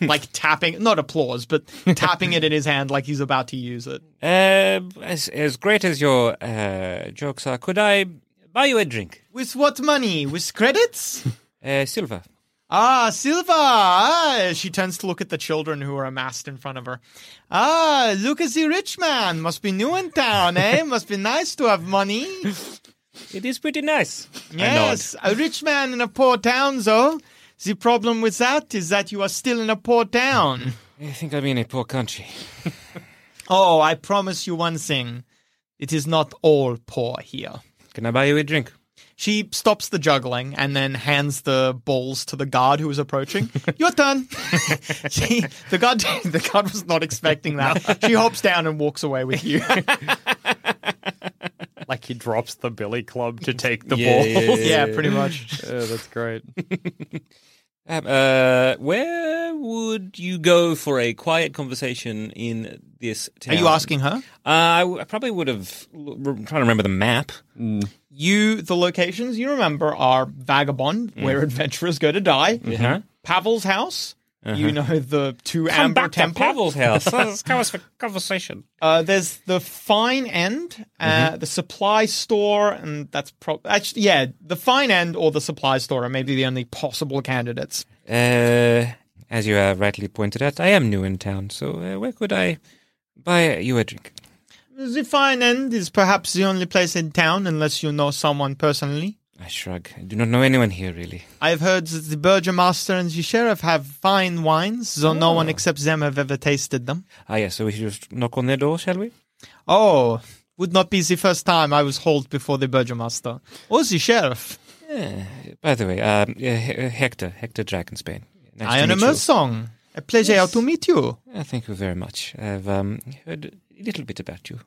S12: like tapping, not applause, but tapping it in his hand like he's about to use it.
S1: Uh, as as great as your uh, jokes are, could I buy you a drink?
S12: With what money? With credits?
S1: Uh, silver.
S12: Ah, Silva! Ah, she turns to look at the children who are amassed in front of her. Ah, look at the rich man. Must be new in town, eh? Must be nice to have money.
S1: It is pretty nice.
S12: Yes, a rich man in a poor town, though. The problem with that is that you are still in a poor town.
S1: I think I'm in a poor country.
S12: Oh, I promise you one thing. It is not all poor here.
S1: Can I buy you a drink?
S12: She stops the juggling and then hands the balls to the guard who
S16: (laughs)
S12: is approaching. Your turn. (laughs) she, the guard, (laughs) the guard
S16: (laughs)
S12: was not expecting that. She hops down and walks away with you.
S6: Like he drops the billy
S13: (laughs)
S6: club to take the
S12: Yeah,
S6: balls.
S12: yeah, yeah, (laughs) Yeah, yeah.
S16: (laughs)
S12: pretty much. Oh,
S6: Yeah, that's great.
S16: Um, uh, where would you go for a quiet conversation in this town?
S12: Are you asking her?
S16: Uh, I, w- I probably would have. l- r- I'm trying to remember the map.
S12: You, the locations you remember are Vagabond,
S16: Mm.
S12: where adventurers go to die,
S16: Mhm.
S12: Pavel's house.
S16: Uh-huh.
S12: You know the two amber temple.
S16: Pavel's house. Let's have a conversation.
S12: Uh, there's the fine end,
S16: Mm-hmm.
S12: uh, the supply store, and that's probably actually yeah, the fine end or the supply store are maybe the only possible candidates.
S1: Uh, as you uh, rightly pointed out, I am new in town, so uh, where could I buy you a drink?
S12: The fine end is perhaps the only place in town, unless you know someone personally.
S1: I shrug. I do not know anyone here, really.
S12: I've heard that the burgomaster and the sheriff have fine wines, though no
S1: Oh.
S12: one except them have ever tasted them.
S1: Ah, yes, so we should just knock on their door, shall we?
S12: Oh, would not be the first time I was hauled before the burgomaster or the sheriff.
S1: Yeah. By the way, um, uh, H- Hector, Hector Dragonsbane. Nice
S12: I
S1: to
S12: am a
S1: meet you.
S12: Mersong. A pleasure to meet you.
S1: Ah, thank you very much. I've um, heard a little bit about you.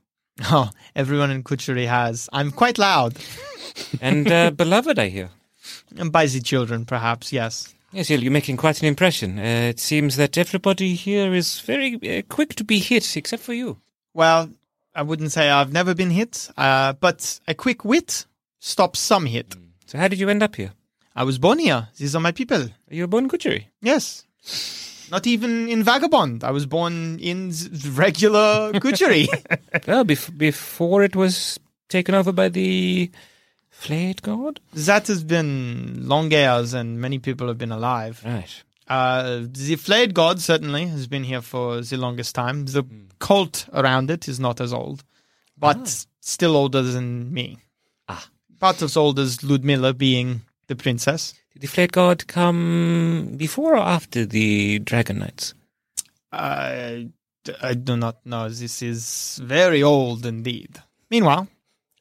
S12: Oh, everyone in Kuchuri has. I'm quite loud.
S1: And uh, beloved, I hear.
S12: And by the children, perhaps, yes.
S1: Yes, Hill, you're making quite an impression. Uh, it seems that everybody here is very uh, quick to be hit, except for you.
S12: Well, I wouldn't say I've never been hit, uh, but a quick wit stops some hit.
S1: So, how did you end up here?
S12: I was born here. These are my people.
S1: You were born
S6: (laughs)
S1: Kuchuri?
S12: Yes. Not even in Vagabond. I was born in z- regular Kuchuri.
S1: well, bef- before it was taken over by the flayed god?
S12: that has been long years, and many people have been alive.
S1: Right.
S12: Uh, the flayed god certainly has been here for the longest time. The cult around it is not as old, but still older than me. Ah. About as old as Ludmilla being the princess.
S1: Did the flayed god come before or after the dragon knights?
S12: I, I do not know. This is very old indeed. Meanwhile,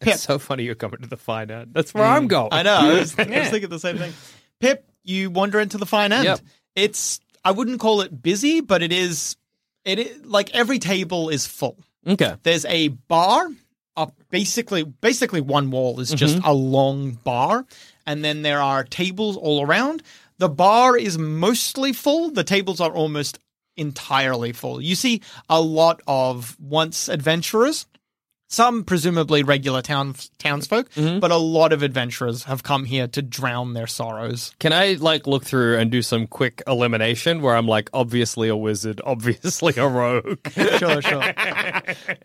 S12: Pip. Mm,
S6: It's so funny you're coming to the fine end. That's where I'm going.
S12: I know. I
S6: (laughs)
S12: was, I was
S6: Yeah.
S12: thinking the same thing. Pip, you wander into the fine end.
S6: Yep.
S12: It's I wouldn't call it busy, but it is. It is, like every table is full.
S6: Okay.
S12: There's a bar up basically basically one wall is just
S6: Mhm.
S12: a long bar and then there are tables all around. The bar is mostly full, the tables are almost entirely full. You see a lot of once adventurers some presumably regular town townsfolk, but a lot of adventurers have come here to drown their sorrows.
S6: Can I like look through and do some quick elimination where I'm like obviously a wizard, obviously a rogue,
S12: sure, sure.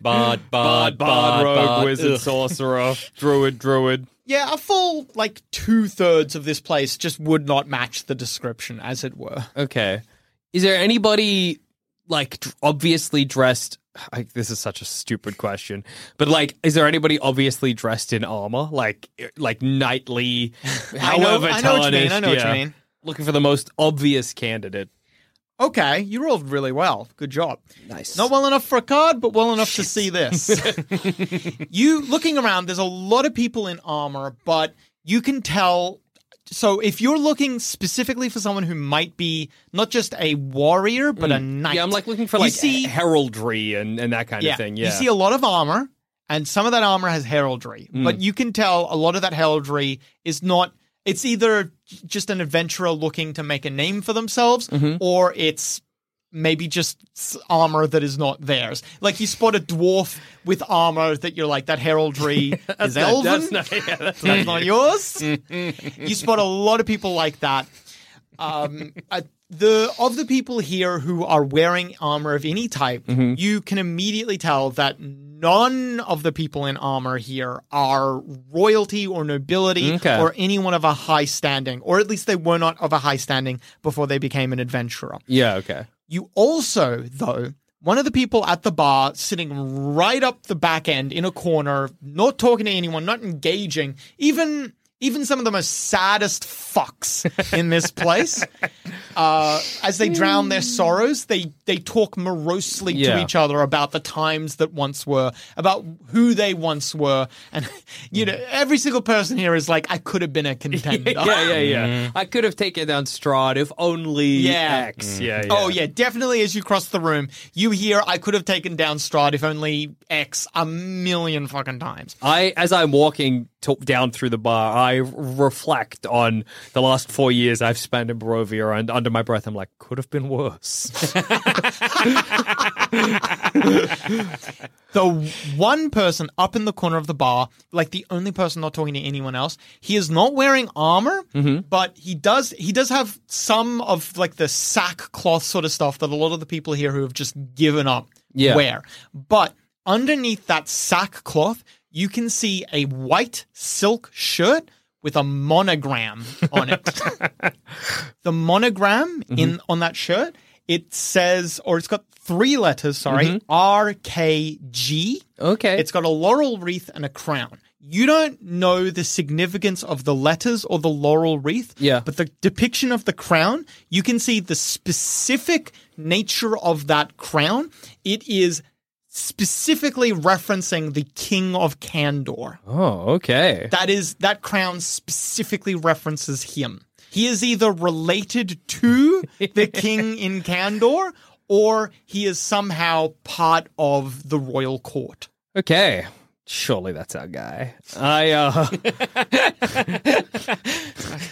S16: Bard,
S6: bard, bard,
S16: bard,
S6: rogue,
S16: bard.
S6: wizard,
S16: Ugh.
S6: sorcerer, druid, druid.
S12: Yeah, a full like two thirds of this place just would not match the description, as it were.
S6: Okay. Is there anybody like dr- obviously dressed? I, this is such a stupid question, but like, is there anybody obviously dressed in armor, like eh, like knightly,
S12: (laughs) I know-
S6: however
S12: I know what you mean, I
S6: tarnished,
S12: know what you
S6: yeah.
S12: mean.
S6: Looking for the most obvious candidate.
S12: Okay, you rolled really well. Good job. Nice. Not well enough for a card, but well enough to see this. (laughs) you looking around, there's a lot of people in armor, but you can tell. So if you're looking specifically for someone who might be not just a warrior, but a knight.
S6: Mm. Yeah, I'm like looking for
S12: you
S6: like
S12: see-
S6: heraldry and, and that kind of thing. Yeah,
S12: You see a lot of armor, and some of that armor has heraldry,
S6: Mm.
S12: but you can tell a lot of that heraldry is not. It's either j- just an adventurer looking to make a name for themselves,
S6: Mm-hmm.
S12: or it's maybe just s- armor that is not theirs. Like you spot a dwarf with armor that you're like, that heraldry is
S6: not-
S12: elven.
S6: (laughs) that's not- yeah, that's not (laughs)
S12: yours. you spot a lot of people like that. Um, (laughs) uh, the of the people here who are wearing armor of any type,
S6: Mm-hmm.
S12: you can immediately tell that none of the people in armor here are royalty or nobility
S6: Okay.
S12: or anyone of a high standing, or at least they were not of a high standing before they became an adventurer.
S6: yeah, (laughs) okay.
S12: You also, though, one of the people at the bar sitting right up the back end in a corner, not talking to anyone, not engaging, even even some of the most saddest fucks
S6: (laughs)
S12: in this place, uh, as they drown their sorrows, they they talk morosely to
S6: Yeah.
S12: each other about the times that once were, about who they once were, and (laughs) you know every single person here is like, I could have
S6: (laughs)
S12: been a contender.
S6: yeah, yeah, yeah. I could have taken down Strahd if only
S12: Yeah.
S6: X. Yeah, yeah.
S12: Oh yeah, definitely. As you cross the room, you hear, "I could have taken down Strahd if only X," a million fucking times.
S6: I, as I'm walking to, down through the bar, I reflect on the last four years I've spent in Barovia, and under my breath, I'm like, could have been worse.
S12: the one person up in the corner of the bar, like the only person not talking to anyone else, he is not wearing armor, but he does he does have some of like the sackcloth sort of stuff that a lot of the people here who have just given up
S6: Yeah.
S12: wear. But underneath that sackcloth, you can see a white silk shirt with a monogram on it. the monogram
S6: Mm-hmm.
S12: in on that shirt it says or it's got three letters sorry
S6: Mhm.
S12: rkg
S6: okay
S12: it's got a laurel wreath and a crown you don't know the significance of the letters or the laurel wreath
S6: Yeah.
S12: but the depiction of the crown you can see the specific nature of that crown it is specifically referencing the king of candor
S6: oh, okay.
S12: that is that crown specifically references him. He is either related to the king in Candor or he is somehow part of the royal court.
S6: Okay. Surely that's our guy. I, uh. (laughs)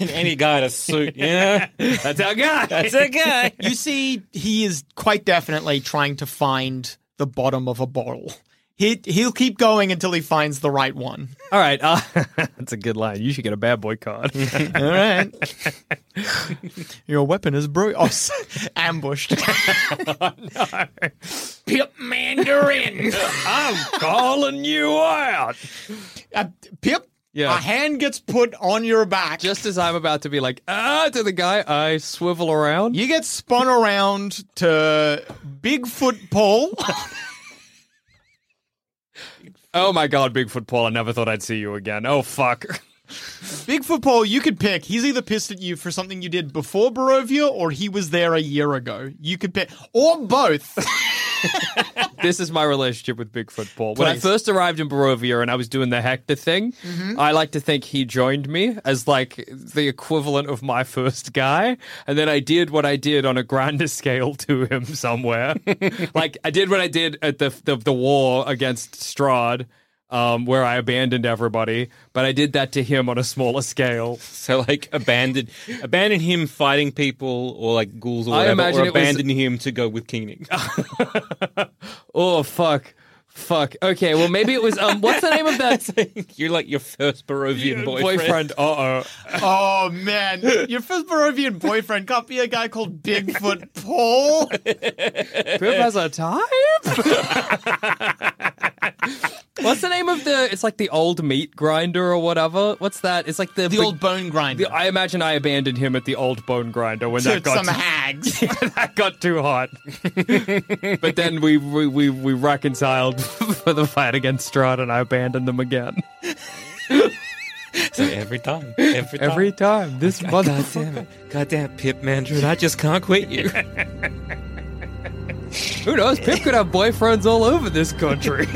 S1: Any guy in a (laughs) suit, yeah.
S6: That's our guy.
S12: you see, he is quite definitely trying to find the bottom of a bottle. He he'll keep going until he finds the right one.
S6: (laughs) All right. Uh, (laughs) that's a good line. You should get a bad boy (laughs) card.
S12: All right. (laughs) Your weapon is bro oh, (laughs) s- ambushed. (laughs)
S6: Pip (laughs) Mandarin. I'm calling you out.
S12: Uh, Pip,
S6: Yeah.
S12: a hand gets put on your back.
S6: Just as I'm about to be like, ah, to the guy, I swivel around.
S12: You get spun around to Bigfoot Paul.
S6: Oh my god, Bigfoot Paul, I never thought I'd see you again. Oh fuck.
S12: Bigfoot Paul, you could pick. He's either pissed at you for something you did before Barovia or he was there a year ago. You could pick. Or both.
S6: this is my relationship with Bigfoot Paul. When I
S12: Please.
S6: first arrived in Barovia and I was doing the Hector thing, I like to think he joined me as like the equivalent of my first guy. And then I did what I did on a grander scale to him somewhere. like I did what I did at the the, the war against Strahd. Um, where I abandoned everybody, but I did that to him on a smaller scale.
S1: (laughs) So like abandon abandon him fighting people or like ghouls or
S6: I
S1: whatever,
S6: imagine
S1: or
S6: it was-
S1: abandon him to go with Keening.
S6: Oh fuck, fuck. Okay, well maybe it was um. What's the name of that
S1: You're (laughs) like your first
S6: (laughs)
S1: Barovian boyfriend.
S6: boyfriend? Uh oh.
S12: oh, man. Your first Barovian boyfriend can't be a guy called Bigfoot Paul.
S6: Pip has a type? (laughs) What's the name of the? It's like the old meat grinder or whatever. What's that? It's like the
S12: The old bone grinder.
S6: the- I imagine I abandoned him at the old bone grinder when
S12: To
S6: that got
S12: some hags. (laughs)
S6: that got too hot. but then we we, we we reconciled for the fight against Strahd, and I abandoned them again.
S1: (laughs) So every time, every time,
S6: Every time this
S1: God damn
S6: motherfucker.
S1: it, God damn Pip Mandarin, I just can't quit
S6: (laughs)
S1: you.
S6: Who knows? Pip could have boyfriends all over this country.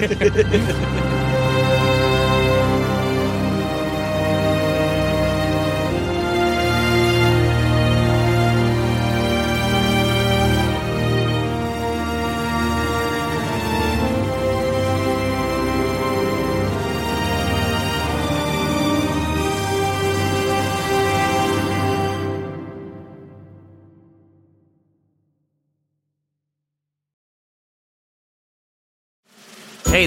S16: Hey